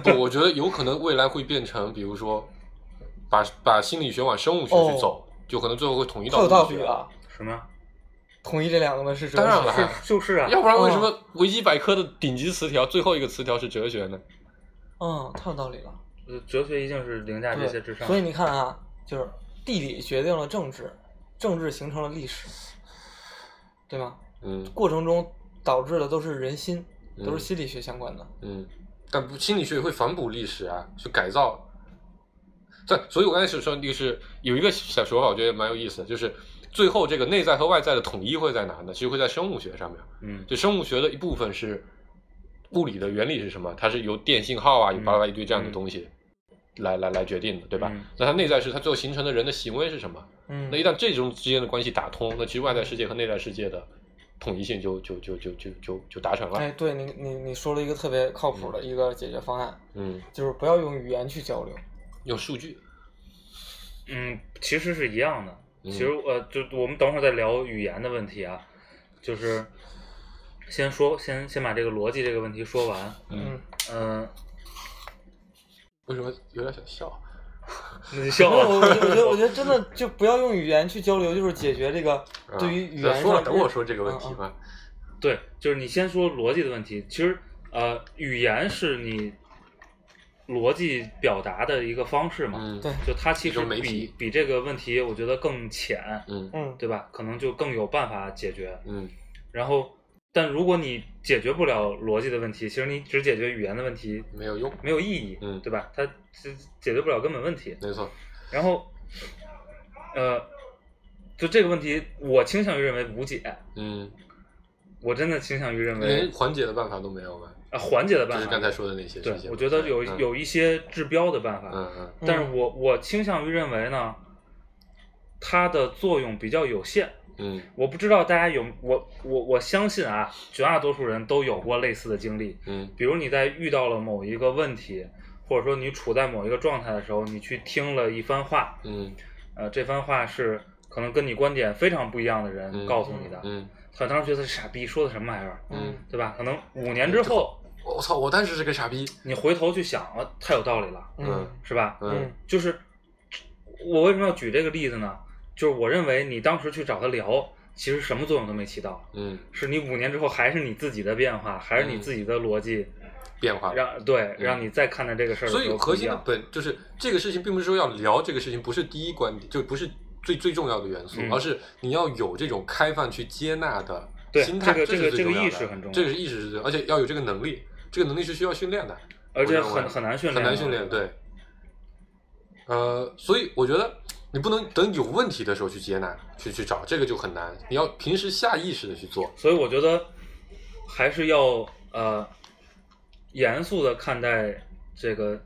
Speaker 4: 不，我觉得有可能未来会变成，比如说把把心理学往生物学
Speaker 2: 哦
Speaker 4: 去走，就可能最后会统一
Speaker 2: 太
Speaker 4: 到
Speaker 2: 有道
Speaker 4: 物
Speaker 2: 理
Speaker 4: 学。
Speaker 2: 了。
Speaker 3: 什么？
Speaker 2: 同意这两个呢是嗯哲学
Speaker 4: 当然了，
Speaker 3: 是就是啊，
Speaker 4: 要不然为什么维基百科的顶级词条最后一个词条是哲学呢？
Speaker 2: 嗯，太有道理了。
Speaker 3: 呃哲学一定是凌驾这些之上。
Speaker 2: 所以你看啊，就是地理决定了政治，政治形成了历史，对吗？
Speaker 4: 嗯
Speaker 2: 过程中导致的都是人心，
Speaker 4: 嗯
Speaker 2: 都是心理学相关的。
Speaker 4: 嗯，但不，心理学也会反哺历史啊，去改造。对，所以我刚才是说，就是有一个小说法，我觉得蛮有意思的，就是最后这个内在和外在的统一会在哪呢？其实会在生物学上面。
Speaker 3: 嗯
Speaker 4: 就生物学的一部分是物理的原理是什么？它是由电信号
Speaker 2: 嗯
Speaker 4: 啊，有巴拉巴拉一堆这样的东西来、来来决定的，对吧？
Speaker 3: 嗯
Speaker 4: 那它内在是它最后形成的人的行为是什么？
Speaker 2: 嗯，
Speaker 4: 那一旦这种之间的关系打通，那其实外在世界和内在世界的统一性就就就就就就就达成了。
Speaker 2: 哎，对你你你说了一个特别靠谱的一个解决方案，
Speaker 4: 嗯，
Speaker 2: 就是不要用语言去交流。
Speaker 4: 用数据，
Speaker 3: 嗯，其实是一样的。
Speaker 4: 嗯
Speaker 3: 其实呃，就我们等会儿再聊语言的问题啊，就是先说先先把这个逻辑这个问题说完。
Speaker 2: 嗯，
Speaker 3: 嗯，
Speaker 4: 为什么有点想笑？
Speaker 3: 那就笑
Speaker 2: 我嗯 我
Speaker 3: 了。
Speaker 2: 我觉得我觉得真 的就不要用语言去交流，就是解决这个
Speaker 4: 啊
Speaker 2: 对于语
Speaker 4: 咱
Speaker 2: 言
Speaker 4: 说了，
Speaker 2: 上
Speaker 4: 等我说这个问题吧。
Speaker 3: 对，就是你先说逻辑的问题。其实呃，语言是你逻辑表达的一个方式嘛。
Speaker 4: 嗯，
Speaker 2: 对
Speaker 3: 就它其
Speaker 4: 一
Speaker 3: 实
Speaker 4: 种媒
Speaker 3: 比
Speaker 4: 体
Speaker 3: 比这个问题，我觉得更浅，
Speaker 4: 嗯
Speaker 2: 嗯
Speaker 3: 对吧？可能就更有办法解决。
Speaker 4: 嗯
Speaker 3: 然后，但如果你解决不了逻辑的问题，其实你只解决语言的问题
Speaker 4: 没有用，
Speaker 3: 没有意义，
Speaker 4: 嗯
Speaker 3: 对吧？它解解决不了根本问题。
Speaker 4: 没错，
Speaker 3: 然后，呃，就这个问题，我倾向于认为无解，
Speaker 4: 嗯，
Speaker 3: 我真的倾向于认为
Speaker 4: 连缓解的办法都没有吧？
Speaker 3: 啊缓解的
Speaker 4: 就
Speaker 3: 办
Speaker 4: 是
Speaker 3: 法。
Speaker 4: 刚才说的那些
Speaker 3: 对
Speaker 4: 事情，
Speaker 3: 我觉得有
Speaker 4: 嗯
Speaker 3: 有一些治标的办法，
Speaker 4: 嗯嗯
Speaker 2: 嗯
Speaker 3: 但是我我倾向于认为呢，它的作用比较有限。
Speaker 4: 嗯
Speaker 3: 我不知道大家有我我我相信啊，绝大多数人都有过类似的经历。
Speaker 4: 嗯
Speaker 3: 比如你在遇到了某一个问题，或者说你处在某一个状态的时候，你去听了一番话，
Speaker 4: 嗯
Speaker 3: 呃，这番话是可能跟你观点非常不一样的人
Speaker 4: 嗯
Speaker 3: 告诉你的，
Speaker 4: 嗯，
Speaker 3: 他当时觉得傻逼说的什么玩意儿，
Speaker 4: 嗯
Speaker 3: 对吧？可能五年之后，
Speaker 4: 我操，我当时是个傻逼，
Speaker 3: 你回头去想，啊，太有道理了，
Speaker 2: 嗯
Speaker 3: 是吧？
Speaker 4: 嗯
Speaker 3: 就是我为什么要举这个例子呢？就是我认为你当时去找他聊，其实什么作用都没起到，
Speaker 4: 嗯，
Speaker 3: 是你五年之后还是你自己的变化，还是你自己的逻辑，
Speaker 4: 变化。
Speaker 3: 让对让你再看待这个事儿的
Speaker 4: 啊嗯所
Speaker 3: 时
Speaker 4: 以
Speaker 3: 候
Speaker 4: 核
Speaker 3: 不一
Speaker 4: 心的
Speaker 3: 样。
Speaker 4: 本就是这个事情，并不是说要聊这个事情，不是第一观点，就不是最最重要的元素，
Speaker 3: 嗯
Speaker 4: 而是你要有这种开放去接纳的
Speaker 3: 对
Speaker 4: 心态，
Speaker 3: 这个
Speaker 4: 这是最
Speaker 3: 这个
Speaker 4: 重要的
Speaker 3: 这个意识很重要
Speaker 4: 这个是意识是最，而且要有这个能力，这个能力是需要训练的，
Speaker 3: 而且
Speaker 4: 我认为
Speaker 3: 很很难训练
Speaker 4: 很
Speaker 3: 的，
Speaker 4: 难训练。对，呃，所以我觉得你不能等有问题的时候去接纳，去去找这个就很难，你要平时下意识的去做。
Speaker 3: 所以我觉得还是要呃严肃的看待这个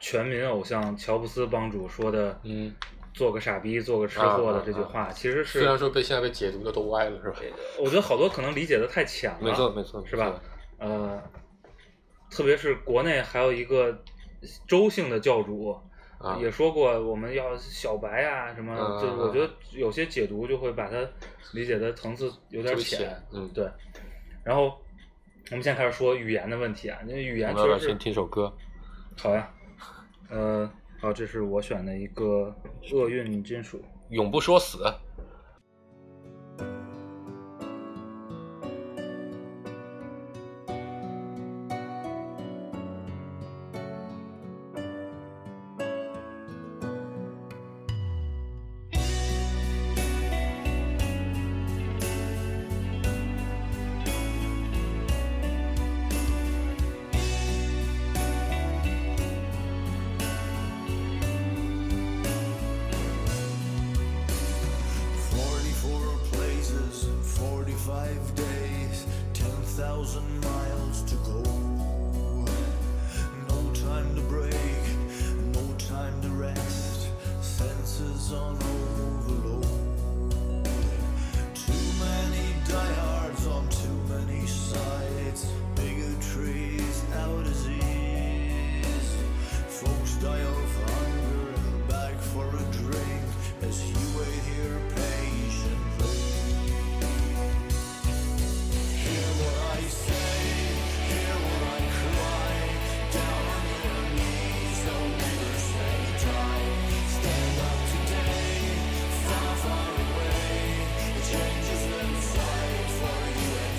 Speaker 3: 全民偶像乔布斯帮主说的，
Speaker 4: 嗯，
Speaker 3: 做个傻逼，做个吃货
Speaker 4: 啊啊
Speaker 3: 的这句话，其实是
Speaker 4: 虽然说被现在被解读的都歪了，是吧？
Speaker 3: 我觉得好多可能理解的太浅了，
Speaker 4: 没错，没错，
Speaker 3: 是吧？呃，特别是国内还有一个州性的教主。
Speaker 4: 没错？啊，
Speaker 3: 也说过我们要小白啊什么，
Speaker 4: 嗯
Speaker 3: 就
Speaker 4: 嗯
Speaker 3: 我
Speaker 4: 嗯
Speaker 3: 觉得有些解读就会把它理解的层次有
Speaker 4: 特
Speaker 3: 点
Speaker 4: 别
Speaker 3: 浅
Speaker 4: 浅，，嗯，
Speaker 3: 对，然后我们现在开始说语言的问题啊，因为语言
Speaker 4: 我们
Speaker 3: 确
Speaker 4: 要不要
Speaker 3: 实
Speaker 4: 先
Speaker 3: 是
Speaker 4: 听首歌？
Speaker 3: 好呀。呃，哦，这是我选的一个厄运金属。
Speaker 4: 永不说死。
Speaker 6: is on overload. Too many diehards on too many sides. Bigotry's our disease. Folks die of hunger and beg for a drink as you wait here patiently. Hear what I say, hear what I cry. Down on your knees, don't ever say die. Stand up today, far, far away. The changes inside for you and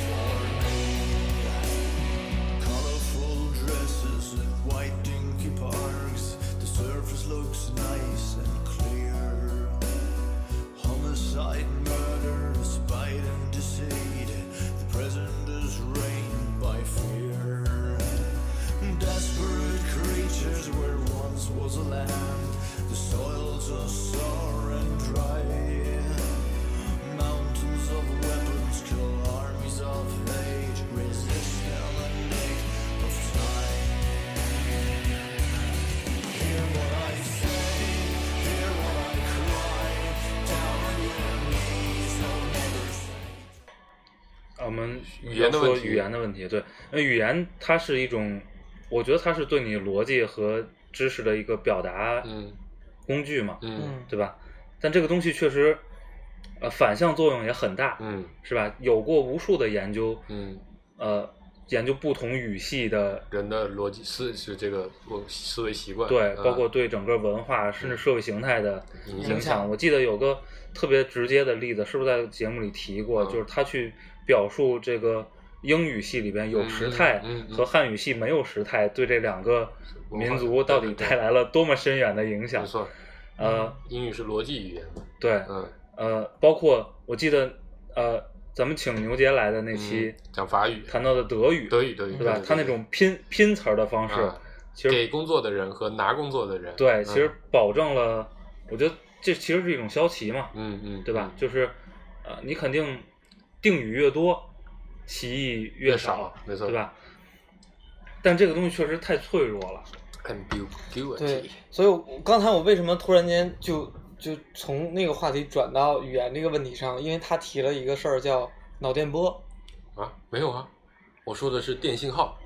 Speaker 6: for me. Colorful dresses and white dinky parks. The surface looks nice and clear. Homicide, murder, spite and deceit. The present is reigned by fear. Desperate creatures where once was a land. The soils are sore and dry. Mountains of weapons kill armies of hate. Resist hell and nick of time. Hear what I say, hear what I cry. Down on your knees, don't ever say.
Speaker 3: 啊我们
Speaker 4: 语言的问题
Speaker 3: 要说语言的问题，对，那语言它是一种，我觉得它是对你逻辑和知识的一个表达
Speaker 4: 嗯
Speaker 3: 工具嘛，
Speaker 4: 嗯
Speaker 2: 嗯
Speaker 3: 对吧？但这个东西确实，呃，反向作用也很大，
Speaker 4: 嗯
Speaker 3: 是吧？有过无数的研究，
Speaker 4: 嗯，
Speaker 3: 呃，研究不同语系的，
Speaker 4: 人的逻辑思是这个我思维习惯，
Speaker 3: 对，
Speaker 4: 嗯
Speaker 3: 包括对整个文化甚至社会形态的
Speaker 4: 影
Speaker 3: 影响。
Speaker 2: 响
Speaker 3: 我记得有个特别直接的例子，是不是在节目里提过？
Speaker 4: 嗯
Speaker 3: 就是他去表述这个英语系里边有时态
Speaker 4: 嗯嗯嗯嗯
Speaker 3: 和汉语系没有时态，对这两个
Speaker 4: 文化
Speaker 3: 民族到底
Speaker 4: 对对对
Speaker 3: 带来了多么深远的影响
Speaker 4: 没？错，
Speaker 3: 呃，
Speaker 4: 英语是逻辑语言嘛，
Speaker 3: 对，
Speaker 4: 嗯，
Speaker 3: 呃，包括我记得，呃，咱们请牛杰来的那期
Speaker 4: 嗯讲法语
Speaker 3: 谈到的德语，
Speaker 4: 德语德语
Speaker 3: 对吧？他那种拼拼词儿的方式
Speaker 4: 啊，
Speaker 3: 其实
Speaker 4: 给工作的人和拿工作的人，
Speaker 3: 对，
Speaker 4: 嗯
Speaker 3: 其实保证了，我觉得这其实是一种消极嘛，
Speaker 4: 嗯嗯，
Speaker 3: 对吧？就是呃，你肯定定语越多，歧义越
Speaker 4: 越少嗯没错
Speaker 3: 对吧？但这个东西确实太脆弱了，
Speaker 2: 对
Speaker 4: ambiguity，，
Speaker 2: 所以我刚才我为什么突然间就就从那个话题转到语言这个问题上？因为他提了一个事儿叫脑电波。
Speaker 4: 啊，没有啊，我说的是电信号，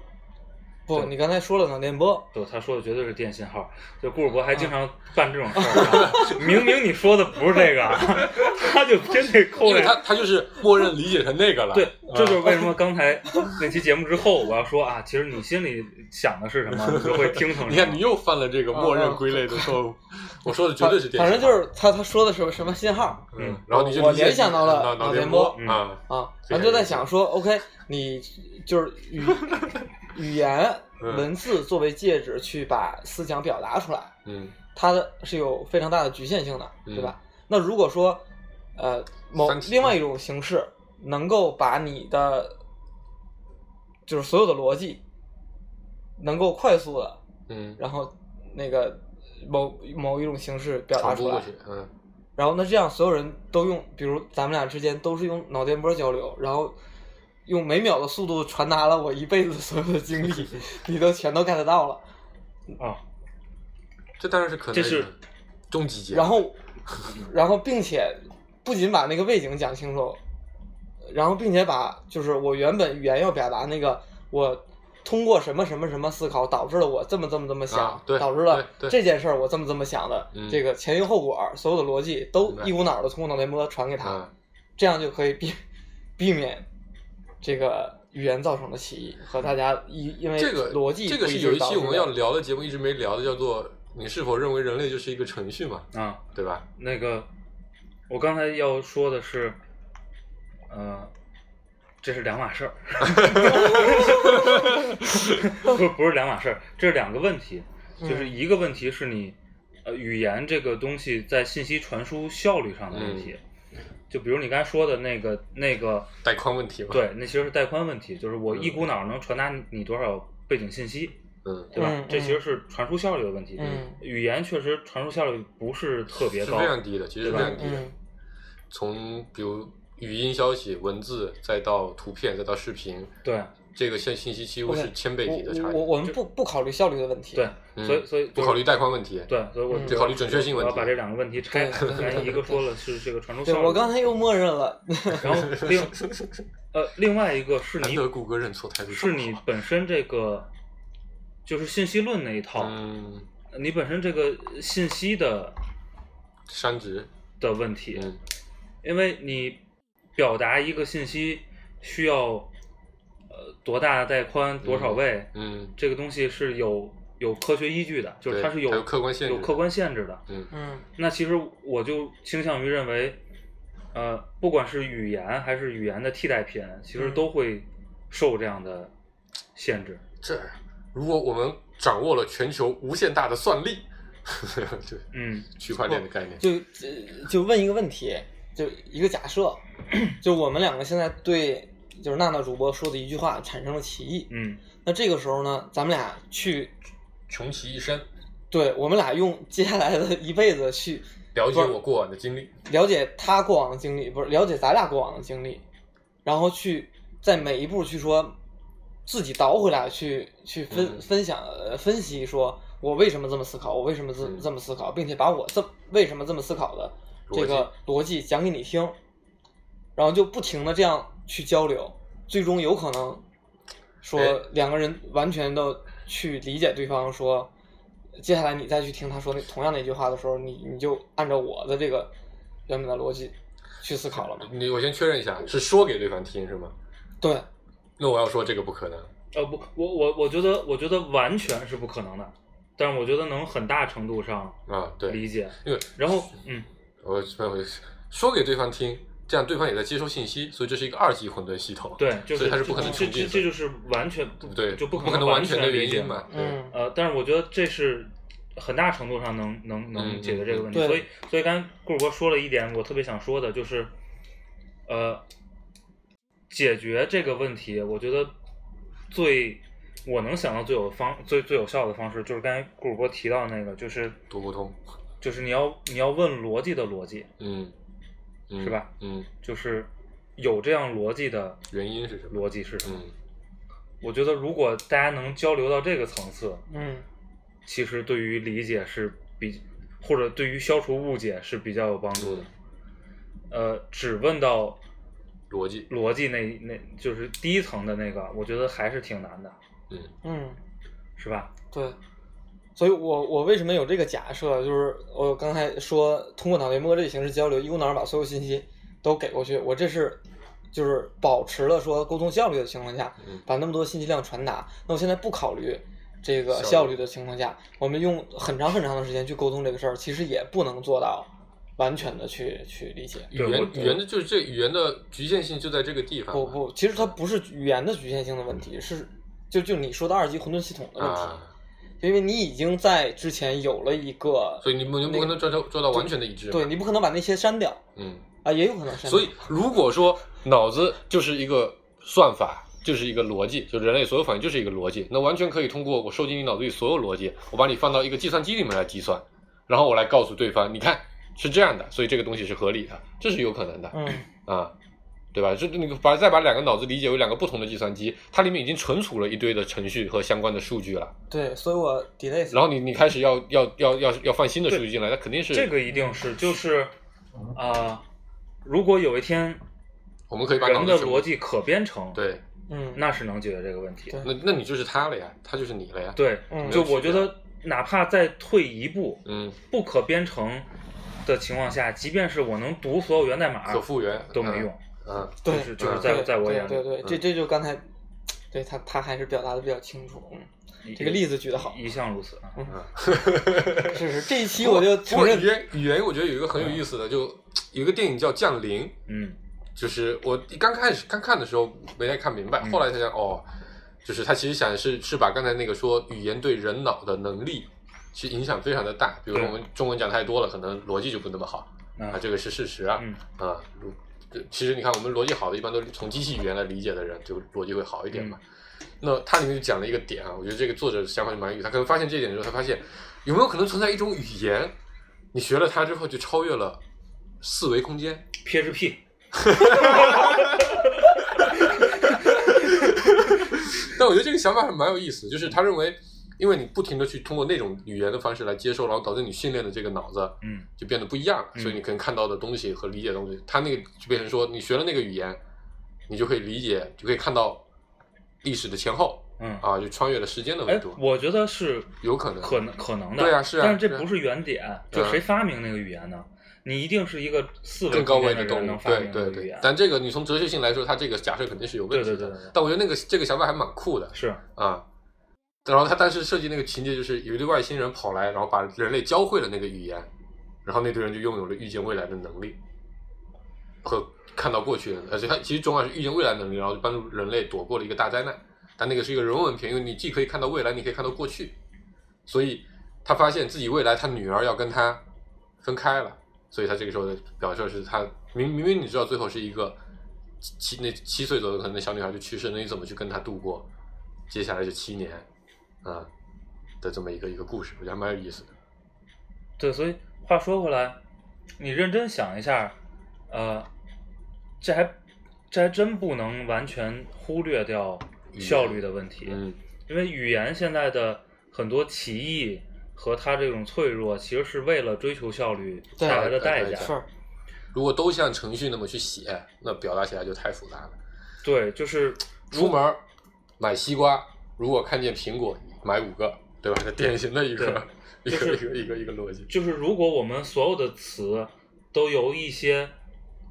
Speaker 2: 不，你刚才说了脑电波，
Speaker 3: 对，他说的绝对是电信号，就顾世博还
Speaker 4: 嗯
Speaker 3: 经常办这种事儿、 啊，明明你说的不是这个，啊 他就真得扣
Speaker 4: 因为
Speaker 3: 这
Speaker 4: 他嗯
Speaker 3: 个。
Speaker 4: 他就是默认理解成那个了，
Speaker 3: 对，这就是为什么刚才那期节目之后，我要说啊，其实你心里想的是什么，你就会听成什么。
Speaker 4: 你看，你又犯了这个默认归类的错误。
Speaker 2: 嗯
Speaker 4: 我说的绝对是电
Speaker 2: 反
Speaker 4: 信号，
Speaker 2: 正就是他他说的什么什么信号
Speaker 4: 嗯
Speaker 3: 嗯，
Speaker 4: 然后你就
Speaker 2: 我
Speaker 4: 理解
Speaker 2: 联想到了
Speaker 4: 脑脑
Speaker 2: 脑
Speaker 4: 电
Speaker 2: 电
Speaker 4: 波
Speaker 2: 波
Speaker 4: 啊，
Speaker 2: 啊，
Speaker 4: 这
Speaker 2: 咱
Speaker 4: 个
Speaker 2: 就在想说，OK，你就是语语言
Speaker 4: 嗯
Speaker 2: 文字作为介质去把思想表达出来，
Speaker 4: 嗯，
Speaker 2: 它的是有非常大的局限性的，
Speaker 4: 嗯
Speaker 2: 对吧？那如果说，呃，某
Speaker 4: 三体
Speaker 2: 另外一种形式能够把你的就是所有的逻辑能够快速的，
Speaker 4: 嗯，
Speaker 2: 然后那个某某一种形式表达
Speaker 4: 传
Speaker 2: 出
Speaker 4: 播
Speaker 2: 来
Speaker 4: 过，去，嗯
Speaker 2: 然后那这样所有人都用，比如咱们俩之间都是用脑电波交流，然后用每秒的速度传达了我一辈子所有的经历， 你都全都 get 到了。
Speaker 3: 啊，
Speaker 4: 这当然是可能的，
Speaker 3: 这是
Speaker 4: 终极结果，
Speaker 2: 然后，然后并且不仅把那个背景讲清楚，然后并且把就是我原本语言要表达那个我通过什么什么什么思考导致了我这么这么这么想，
Speaker 4: 啊对
Speaker 2: 导致了
Speaker 4: 对对
Speaker 2: 这件事儿我这么这么想的，
Speaker 4: 嗯
Speaker 2: 这个前因后果所有的逻辑都
Speaker 4: 明白
Speaker 2: 一股脑儿的通过脑电波传给他。
Speaker 4: 啊，
Speaker 2: 这样就可以避避免这个语言造成的歧义和大家因因为
Speaker 4: 这个
Speaker 2: 逻辑
Speaker 4: 这个
Speaker 2: 不
Speaker 4: 是
Speaker 2: 一
Speaker 4: 有
Speaker 2: 致
Speaker 4: 一
Speaker 2: 导
Speaker 4: 期
Speaker 2: 致
Speaker 4: 我们
Speaker 2: 的
Speaker 4: 要聊的节目一直没聊的，叫做你是否认为人类就是一个程序嘛，
Speaker 3: 啊，
Speaker 4: 对吧？
Speaker 3: 那个，我刚才要说的是，呃，这是两码事儿， 不不是两码事儿，这是两个问题，
Speaker 4: 嗯
Speaker 3: 就是一个问题是你，呃，语言这个东西在信息传输效率上的问题，就比如你刚才说的那个那个，
Speaker 4: 嗯带宽嗯问题嘛，，
Speaker 3: 对，那其实是带宽问题，就是我一股脑儿能传达你多少背景信息，
Speaker 4: 嗯，
Speaker 3: 对吧？
Speaker 2: 嗯
Speaker 3: 这其实是传输效率的问题。
Speaker 2: 嗯
Speaker 3: 语言确实传输效率不是特别
Speaker 4: 是
Speaker 3: 高，
Speaker 4: 非常低的，其实是非常低的
Speaker 2: 嗯，
Speaker 4: 从比如语音消息、文字，再到图片，再到视频，
Speaker 3: 对，
Speaker 4: 这个信信息几乎
Speaker 2: OK，
Speaker 4: 是千倍体的
Speaker 2: 我
Speaker 4: 差
Speaker 2: 我
Speaker 4: 异，
Speaker 2: 我们不不考虑效率的问题，
Speaker 3: 对，
Speaker 4: 嗯
Speaker 3: 所以所以
Speaker 4: 不
Speaker 3: 就是
Speaker 4: 考虑带宽问题。
Speaker 3: 对，所以我
Speaker 2: 嗯
Speaker 3: 就
Speaker 4: 只考虑准确性问
Speaker 3: 我
Speaker 4: 题
Speaker 3: 要把这两个问题拆开
Speaker 2: 对，对
Speaker 3: 咱
Speaker 2: 对
Speaker 3: 一个说了是这个传输
Speaker 2: 对
Speaker 3: 效率，
Speaker 2: 我刚才又默认了，
Speaker 3: 然后 另呃另外一个是
Speaker 4: 难
Speaker 3: 你
Speaker 4: 得谷歌认错态度这
Speaker 3: 是
Speaker 4: 么好
Speaker 3: 你本身这个就是信息论那一
Speaker 2: 哦
Speaker 3: 套，呃
Speaker 4: 嗯，
Speaker 3: 你本身这个信息的
Speaker 4: 删值，
Speaker 3: 的问题，
Speaker 4: 嗯
Speaker 3: 因为你表达一个信息需要呃多大的带宽多少位，
Speaker 4: 嗯
Speaker 3: 这个东西是有有科学依据的，就是
Speaker 4: 对
Speaker 3: 它是有
Speaker 4: 还有客观限制
Speaker 3: 有客观限制的。
Speaker 4: 嗯
Speaker 2: 嗯
Speaker 3: 那其实我就倾向于认为，呃，不管是语言还是语言的替代品，其实
Speaker 2: 嗯
Speaker 3: 都会受这样的限制。
Speaker 4: 这如果我们掌握了全球无限大的算力， 就
Speaker 3: 嗯，
Speaker 4: 区块链的概 念，
Speaker 2: 就就就问一个问题，就一个假设，就我们两个现在对就是娜娜主播说的一句话产生了歧义，
Speaker 3: 嗯，
Speaker 2: 那这个时候呢，咱们俩去，
Speaker 4: 穷其一生，
Speaker 2: 对我们俩用接下来的一辈子去
Speaker 4: 了解我过往的经历，
Speaker 2: 了解他过往的经历，不是了解咱俩过往的经历，然后去在每一步去说自己倒回来去去分、
Speaker 4: 嗯
Speaker 2: 分享呃分析，说我为什么这么思考，我为什么这、
Speaker 4: 嗯
Speaker 2: 这么思考，并且把我这为什么这么思考的这个逻辑讲给你听，然后就不停的这样去交流，最终有可能说
Speaker 4: 哎
Speaker 2: 两个人完全的去理解对方说。接下来你再去听他说那同样的一句话的时候，你你就按照我的这个原本的逻辑去思考了嘛？
Speaker 4: 你我先确认一下，是说给对方听是吗？
Speaker 2: 对，
Speaker 4: 那我要说这个不可能，
Speaker 3: 呃，不，我我我觉得我觉得完全是不可能的，但是我觉得能很大程度上
Speaker 4: 啊，对，
Speaker 3: 理解。
Speaker 4: 因为
Speaker 3: 然后，嗯，
Speaker 4: 我我说给对方听，这样对方也在接收信息，所以这是一个二级混沌系统，
Speaker 3: 对，就
Speaker 4: 所
Speaker 3: 是
Speaker 4: 以它是不可能
Speaker 3: 这
Speaker 4: 重
Speaker 3: 这
Speaker 4: 进
Speaker 3: 这
Speaker 4: 的，
Speaker 3: 就是完全不
Speaker 4: 对，
Speaker 3: 就
Speaker 4: 不
Speaker 3: 可
Speaker 4: 能
Speaker 3: 完
Speaker 4: 全的
Speaker 3: 理
Speaker 4: 原
Speaker 3: 解
Speaker 4: 因嘛，对，
Speaker 2: 嗯，
Speaker 3: 呃，但是我觉得这是很大程度上能能能
Speaker 4: 嗯
Speaker 3: 解决这个问题，
Speaker 2: 对
Speaker 3: 所以所以刚才顾主播说了一点，我特别想说的就是，呃，解决这个问题，我觉得最我能想到最有方最最有效的方式，就是刚才顾主播提到的那个，就是
Speaker 4: 多沟通，
Speaker 3: 就是你要你要问逻辑的逻辑，
Speaker 4: 嗯，嗯
Speaker 3: 是吧？
Speaker 4: 嗯，
Speaker 3: 就是有这样逻辑的
Speaker 4: 原因是什么？
Speaker 3: 逻辑是什么？
Speaker 4: 嗯，
Speaker 3: 我觉得如果大家能交流到这个层次，
Speaker 2: 嗯，
Speaker 3: 其实对于理解是比或者对于消除误解是比较有
Speaker 4: 嗯
Speaker 3: 帮助的。呃，只问到
Speaker 4: 逻辑，
Speaker 3: 逻辑那那就是第一层的那个，我觉得还是挺难的，
Speaker 4: 嗯
Speaker 2: 嗯，
Speaker 3: 是吧？
Speaker 2: 对。所以我我为什么有这个假设？就是我刚才说通过脑电波这个形式交流，一股脑儿把所有信息都给过去，我这是就是保持了说沟通效率的情况下，
Speaker 4: 嗯
Speaker 2: 把那么多信息量传达。那我现在不考虑这个
Speaker 4: 效
Speaker 2: 效
Speaker 4: 率
Speaker 2: 率的情况下，我们用很长很长的时间去沟通这个事儿，其实也不能做到完全的去去理解。
Speaker 4: 语
Speaker 3: 对
Speaker 4: 言
Speaker 3: 我
Speaker 4: 语言的就是这语言的局限性就在这个地方
Speaker 2: 不
Speaker 4: 嘛，
Speaker 2: 不，其实它不是语言的局限性的问题，是就就你说的二级混沌系统的问题，
Speaker 4: 啊，
Speaker 2: 因为你已经在之前有了一个，
Speaker 4: 所以你不你不可能做到做到完全的一致嘛，
Speaker 2: 对你不可能把那些删掉
Speaker 4: 嗯。
Speaker 2: 啊，也有可能删掉。
Speaker 4: 所以，如果说脑子就是一个算法，就是一个逻辑，就人类所有反应就是一个逻辑，那完全可以通过我收集你脑子里所有逻辑，我把你放到一个计算机里面来计算，然后我来告诉对方，你看是这样的，所以这个东西是合理的，这是有可能的
Speaker 2: 嗯，
Speaker 4: 啊，对吧？这那个把再把两个脑子理解为两个不同的计算机，它里面已经存储了一堆的程序和相关的数据了，
Speaker 2: 对，所以我 delay 死
Speaker 4: 然后你你开始要要要要要放新的数据进来，那肯定是
Speaker 3: 这个一定是就是
Speaker 2: 嗯
Speaker 3: 啊、呃如果有一天
Speaker 4: 我们可以把脑
Speaker 3: 人
Speaker 4: 子
Speaker 3: 的
Speaker 4: 全部
Speaker 3: 逻辑可编程，，
Speaker 4: 对，
Speaker 2: 嗯，
Speaker 3: 那是能解决这个问题。
Speaker 2: 对
Speaker 4: 那那你就是他了呀，他就是你了呀，，
Speaker 3: 对，
Speaker 2: 嗯
Speaker 3: 就我觉得哪怕再退一步，
Speaker 4: 嗯。
Speaker 3: 不可编程的情况下，即便是我能读所有源代码
Speaker 4: 可复原
Speaker 3: 啊都没用。
Speaker 4: 嗯，嗯，
Speaker 2: 对，
Speaker 3: 就是就是
Speaker 4: 嗯
Speaker 3: 在
Speaker 2: 对
Speaker 3: 在我
Speaker 2: 对
Speaker 3: 眼里，
Speaker 2: 对对，这这就刚才，对他他还是表达的比较清楚，嗯，这个例子举得好嗯
Speaker 3: 一向如此啊。
Speaker 2: 是是，这一期我就
Speaker 4: 不
Speaker 2: 承
Speaker 4: 过
Speaker 2: 认
Speaker 4: 语，言语言，我觉得有一个很有意思的，就有一个电影叫《降临》，
Speaker 3: 嗯，
Speaker 4: 就是我刚开始刚看的时候没太看明白，后来才想哦，就是他其实想是是把刚才那个说语言对人脑的能力其实影响非常的大，比如说我们中文讲太多了，可能逻辑就不那么好
Speaker 3: 啊
Speaker 4: 啊，这个是事实啊
Speaker 3: 嗯
Speaker 4: 啊。如这其实你看，我们逻辑好的，一般都是从机器语言来理解的人，就逻辑会好一点嘛。那它里面就讲了一个点啊，我觉得这个作者想法就蛮有意思。他可能发现这一点之后，他发现有没有可能存在一种语言，你学了它之后就超越了四维空间，
Speaker 3: ，PHP，
Speaker 4: 但我觉得这个想法还蛮有意思，就是他认为，因为你不停的去通过那种语言的方式来接受，然后导致你训练的这个脑子
Speaker 3: 嗯
Speaker 4: 就变得不一样了，
Speaker 3: 嗯
Speaker 4: 所以你可能看到的东西和理解的东西，他那个就变成说，你学了那个语言，你就可以理解，就可以看到历史的前后
Speaker 3: 嗯，
Speaker 4: 啊，就穿越了时间的维
Speaker 3: 哎
Speaker 4: 度，，
Speaker 3: 我觉得是
Speaker 4: 有可能
Speaker 3: 可能可能的，
Speaker 4: 对啊是啊
Speaker 3: 但是
Speaker 4: 是
Speaker 3: 这
Speaker 4: 啊
Speaker 3: 不是原点，就谁发明那个语言呢？你一定是一个思维
Speaker 4: 更高维
Speaker 3: 层
Speaker 4: 的
Speaker 3: 面
Speaker 4: 动
Speaker 3: 人
Speaker 4: 物
Speaker 3: 能，发
Speaker 4: 对
Speaker 3: 明那
Speaker 4: 对
Speaker 3: 个语
Speaker 4: 对
Speaker 3: 言。，
Speaker 4: 但这个你从哲学性来说，他这个假设肯定是有问题的。
Speaker 3: 对对对对
Speaker 4: 但我觉得那个这个想法还蛮酷的
Speaker 3: 是，
Speaker 4: 啊。然后他当时设计那个情节，就是有一堆外星人跑来，然后把人类教会了那个语言，然后那堆人就拥有了预见未来的能力和看到过去的，而且他其实重要是预见未来能力，然后就帮助人类躲过了一个大灾难。但那个是一个人文片，因为你既可以看到未来，你可以看到过去，所以他发现自己未来他女儿要跟他分开了，所以他这个时候的表现是他明明明你知道最后是一个七那七岁左右可能那小女孩就去世，那你怎么去跟她度过接下来这七年啊、的这么一个一个故事，我觉得还蛮有意思的。
Speaker 3: 对，所以话说回来，你认真想一下，呃，这还这还真不能完全忽略掉效率的问题，
Speaker 4: 嗯
Speaker 3: 因为语言现在的很多歧义和它这种脆弱，其实是为了追求效率
Speaker 2: 对
Speaker 3: 带来的代
Speaker 4: 代
Speaker 3: 价
Speaker 4: 价。
Speaker 2: 是，
Speaker 4: 如果都像程序那么去写，那表达起来就太复杂了。
Speaker 3: 对，就是
Speaker 4: 出门儿买西瓜，如果看见苹果，买五个，对吧？这典型的一个一
Speaker 3: 就
Speaker 4: 个
Speaker 3: 是
Speaker 4: 一个一个一个逻辑。
Speaker 3: 就是如果我们所有的词都由一些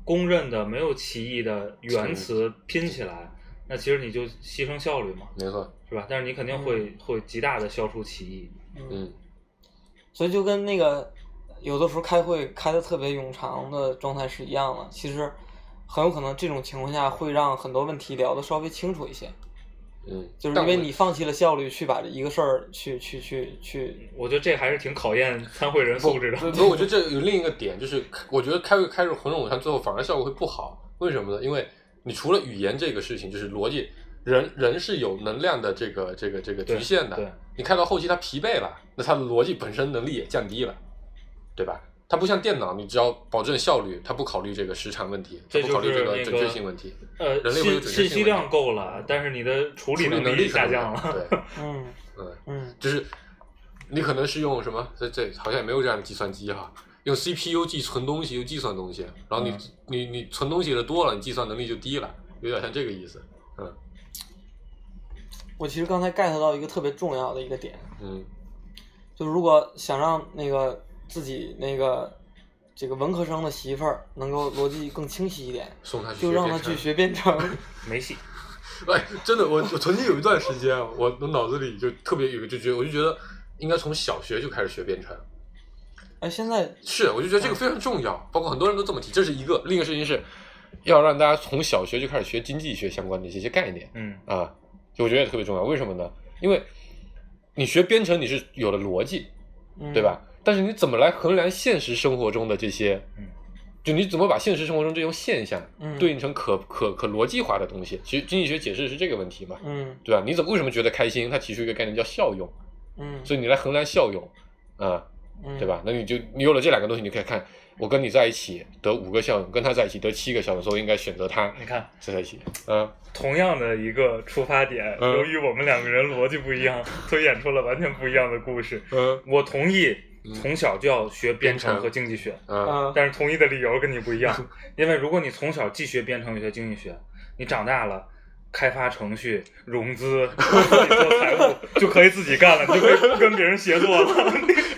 Speaker 3: 公认的没有歧义的原词拼起来，那其实你就牺牲效率嘛，
Speaker 4: 没错，
Speaker 3: 是吧？但是你肯定会、会极大的消除歧义。
Speaker 4: 嗯，
Speaker 2: 所以就跟那个有的时候开会开的特别冗长的状态是一样的，其实很有可能这种情况下会让很多问题聊得稍微清楚一些，
Speaker 4: 嗯，
Speaker 2: 就是
Speaker 4: 但
Speaker 2: 因为
Speaker 4: 我
Speaker 2: 你放弃了效率去把一个事儿去去去去，
Speaker 3: 我觉得这还是挺考 验参会人素质的。
Speaker 4: 不不，我觉得这有另一个点，就是我觉得开会开着浑冗长，最后反而效果会不好。为什么呢？因为你除了语言这个事情，就是逻辑，人人是有能量的这个这个这个
Speaker 3: 对
Speaker 4: 局限
Speaker 3: 对
Speaker 4: 的。你开到后期他疲惫了，那他的逻辑本身能力也降低了，对吧？它不像电脑，你只要保证效率，它不考虑这个时长问题，它
Speaker 3: 这
Speaker 4: 不
Speaker 3: 就
Speaker 4: 考虑
Speaker 3: 是
Speaker 4: 这
Speaker 3: 那个
Speaker 4: 准确性问题，
Speaker 3: 呃，
Speaker 4: 人类会有
Speaker 3: 信
Speaker 4: 准确性
Speaker 3: 信息量够了，但是你的处理
Speaker 4: 处理
Speaker 3: 能
Speaker 4: 能力可
Speaker 3: 下
Speaker 4: 能
Speaker 3: 降了。
Speaker 4: 对，
Speaker 2: 嗯
Speaker 4: 嗯，
Speaker 2: 嗯，
Speaker 4: 就是你可能是用什么？这这好像也没有这样的计算机哈，用 CPU 计存东西，又计算东西，然后你、
Speaker 3: 嗯
Speaker 4: 你你存东西的多了，你计算能力就低了，有点像这个意思。嗯
Speaker 2: 我其实刚才 get 到一个特别重要的一个点，
Speaker 4: 嗯
Speaker 2: 就如果想让那个自己那个这个文科生的媳妇儿能够逻辑更清晰一点，
Speaker 4: 送他去
Speaker 2: 就让她
Speaker 4: 编程
Speaker 2: 去。学编程。
Speaker 3: 没戏，
Speaker 4: 哎，真的，我我曾经有一段时间，啊我我脑子里就特别有个就觉得，我就觉得应该从小学就开始学编程。
Speaker 2: 哎，现在
Speaker 4: 是，我就
Speaker 2: 嗯
Speaker 4: 觉得这个非常重要，包括很多人都这么提。这是一个，另一个事情是要让大家从小学就开始学经济学相关的这些概念。
Speaker 3: 嗯，
Speaker 4: 啊，就我觉得也特别重要。为什么呢？因为你学编程你是有了逻辑，
Speaker 2: 嗯
Speaker 4: 对？吧？但是你怎么来衡量现实生活中的这些？
Speaker 3: 嗯，
Speaker 4: 就你怎么把现实生活中这种现象
Speaker 2: 嗯
Speaker 4: 对应成可、可可逻辑化的东西？其实经济学解释是这个问题嘛，
Speaker 2: 嗯
Speaker 4: 对吧？你怎么为什么觉得开心？它提出一个概念叫效用，
Speaker 2: 嗯，
Speaker 4: 所以你来衡量效用啊，
Speaker 2: 嗯
Speaker 4: 对吧？？那你就你有了这两个东西，你就可以看我跟你在一起得五个效用，跟他在一起得七个效用，所以我应该选择他
Speaker 3: 你看，
Speaker 4: 在一起。啊，
Speaker 3: 同样的一个出发点，
Speaker 4: 嗯
Speaker 3: 由于我们两个人逻辑不一 样，推演出了完全不一样的故事。
Speaker 4: 嗯
Speaker 3: 我同意
Speaker 4: 嗯
Speaker 3: 从小就要学编
Speaker 4: 编
Speaker 3: 程
Speaker 4: 程
Speaker 3: 和经济学，
Speaker 4: 嗯
Speaker 2: 嗯
Speaker 3: 但是同意的理由跟你不一样，因为如果你从小既学编程又学经济学，你长大了。开发程序、融资、自己做财 务就可以自己干了，你就可以不跟别人协作了，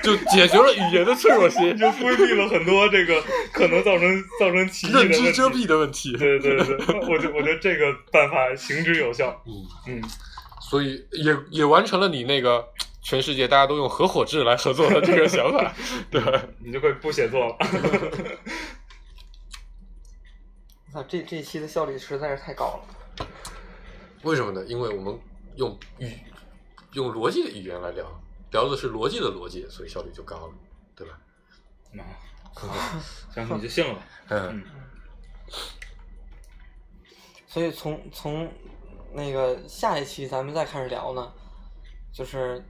Speaker 4: 就解决了语言的脆弱性
Speaker 3: 你。就规避了很多这个可能造成造成歧义的
Speaker 4: 认
Speaker 3: 问题
Speaker 4: 知遮蔽的问题。
Speaker 3: 对对对，我觉我觉得这个办法行之有效。
Speaker 4: 嗯，
Speaker 3: 嗯，
Speaker 4: 所以也也完成了你那个全世界大家都用合伙制来合作的这个想 法，对吧？
Speaker 3: 你就可以不写作了。
Speaker 2: 我操，这这一期的效率实在是太高了。
Speaker 4: 为什么呢？因为我们用语用逻辑的语言来聊，聊的是逻辑的逻辑，所以效率就高了，对吧？
Speaker 3: 啊，行，你就信了吧。
Speaker 4: 嗯
Speaker 2: 所以从从那个下一期咱们再开始聊呢，就是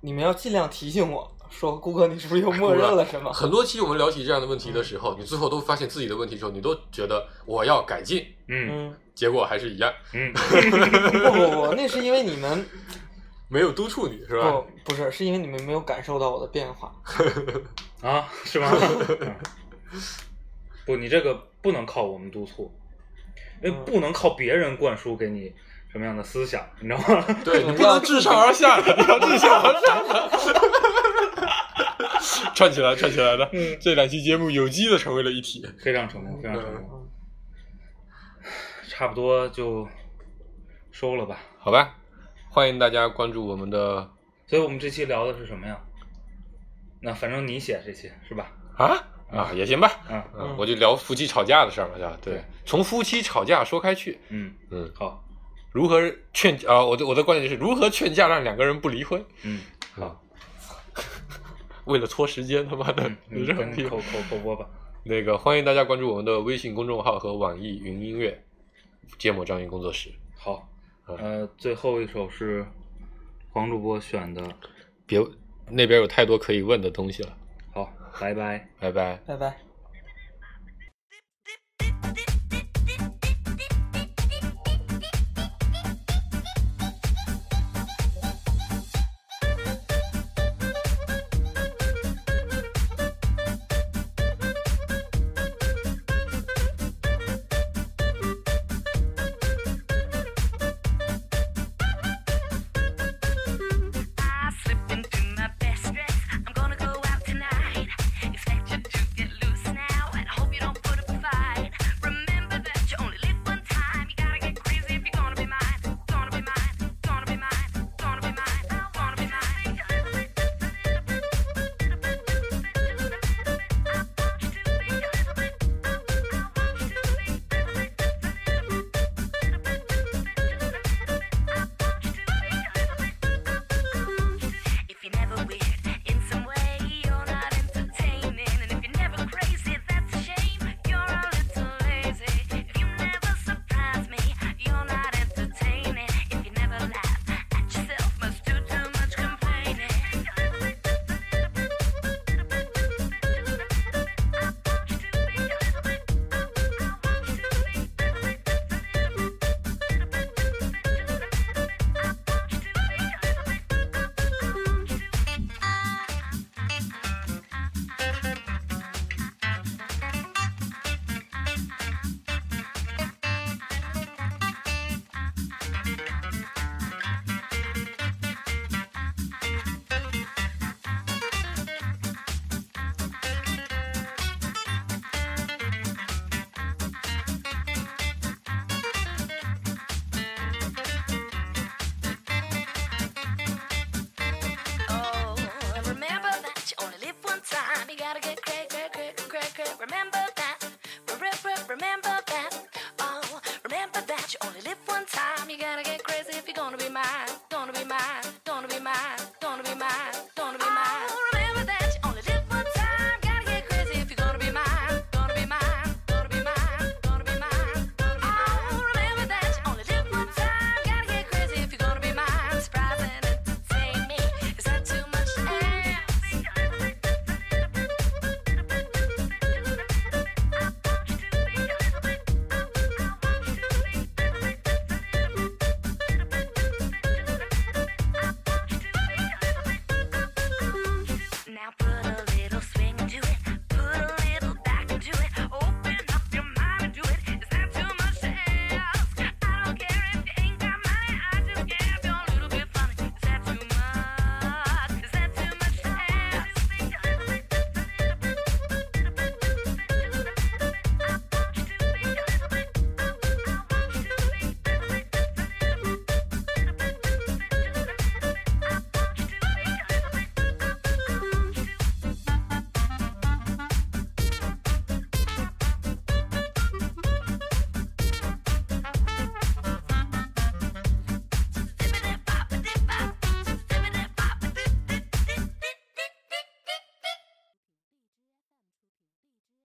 Speaker 2: 你们要尽量提醒我说，顾哥你是不是 又默认了什么？
Speaker 4: 很多期我们嗯聊起这样的问题的时候，你最后都发现自己的问题之后，你都觉得我要改进，
Speaker 3: 嗯，
Speaker 2: 嗯
Speaker 4: 结果还是一样，
Speaker 3: 嗯，
Speaker 2: 不不不，那是因为你们
Speaker 4: 没有督促你是吧
Speaker 2: 不？不是，是因为你们没有感受到我的变化。
Speaker 3: 啊，是吗？ 嗯不，你这个不能靠我们督促，因为
Speaker 2: 嗯
Speaker 3: 不能靠别人灌输给你什么样的思想，你知道吗？
Speaker 4: 对你不能自上而 下，你要自下 而上。串起来，串起来的，
Speaker 2: 嗯
Speaker 4: 这两期节目有机的成为了一体。
Speaker 3: 非常成功，非常成功。 差不多就收了吧。
Speaker 4: 好吧，欢迎大家关注我们的
Speaker 3: 所以我们这期聊的是什么呀？那反正你写这期是吧？
Speaker 4: 啊啊，也行吧。
Speaker 3: 嗯
Speaker 4: 嗯，我就聊夫妻吵架的事儿嘛，是吧？对
Speaker 3: 对，
Speaker 4: 从夫妻吵架说开去，
Speaker 3: 嗯，
Speaker 4: 嗯，
Speaker 3: 好，
Speaker 4: 如何劝啊、我的我的观点就是如何劝架让两个人不离婚。
Speaker 3: 嗯，
Speaker 4: 啊，为了拖时间，他妈的
Speaker 3: 嗯，
Speaker 4: 有
Speaker 3: 你
Speaker 4: 这种
Speaker 3: 跟
Speaker 4: 屁
Speaker 3: 口口口播吧。
Speaker 4: 那个，欢迎大家关注我们的微信公众号和网易云音乐“芥末章鱼工作室
Speaker 3: 好，
Speaker 4: 嗯
Speaker 3: 呃，最后一首是黄主播选的，”。
Speaker 4: 别，那边有太多可以问的东西了，
Speaker 3: 好，拜拜。
Speaker 4: 拜拜。
Speaker 2: 拜拜。
Speaker 7: I slipped into my best dress. I'm gonna go out tonight. Expect you to get loose now, and hope you don't put up a fight. Remember that you only live one time. You gotta get crazy if you're gonna be mine. Gonna be mine. Gonna be mine. Gonna be mine. Gonna be mine. If you're never weird in some way, you're not entertaining. And if you're never crazy, that's a shame. You're a little lazy. If you never surprise me, you're not entertaining. If you never laugh at yourself, must do too much complaining. Oh, remember that you only live one time. You gotta get crazy. Oh,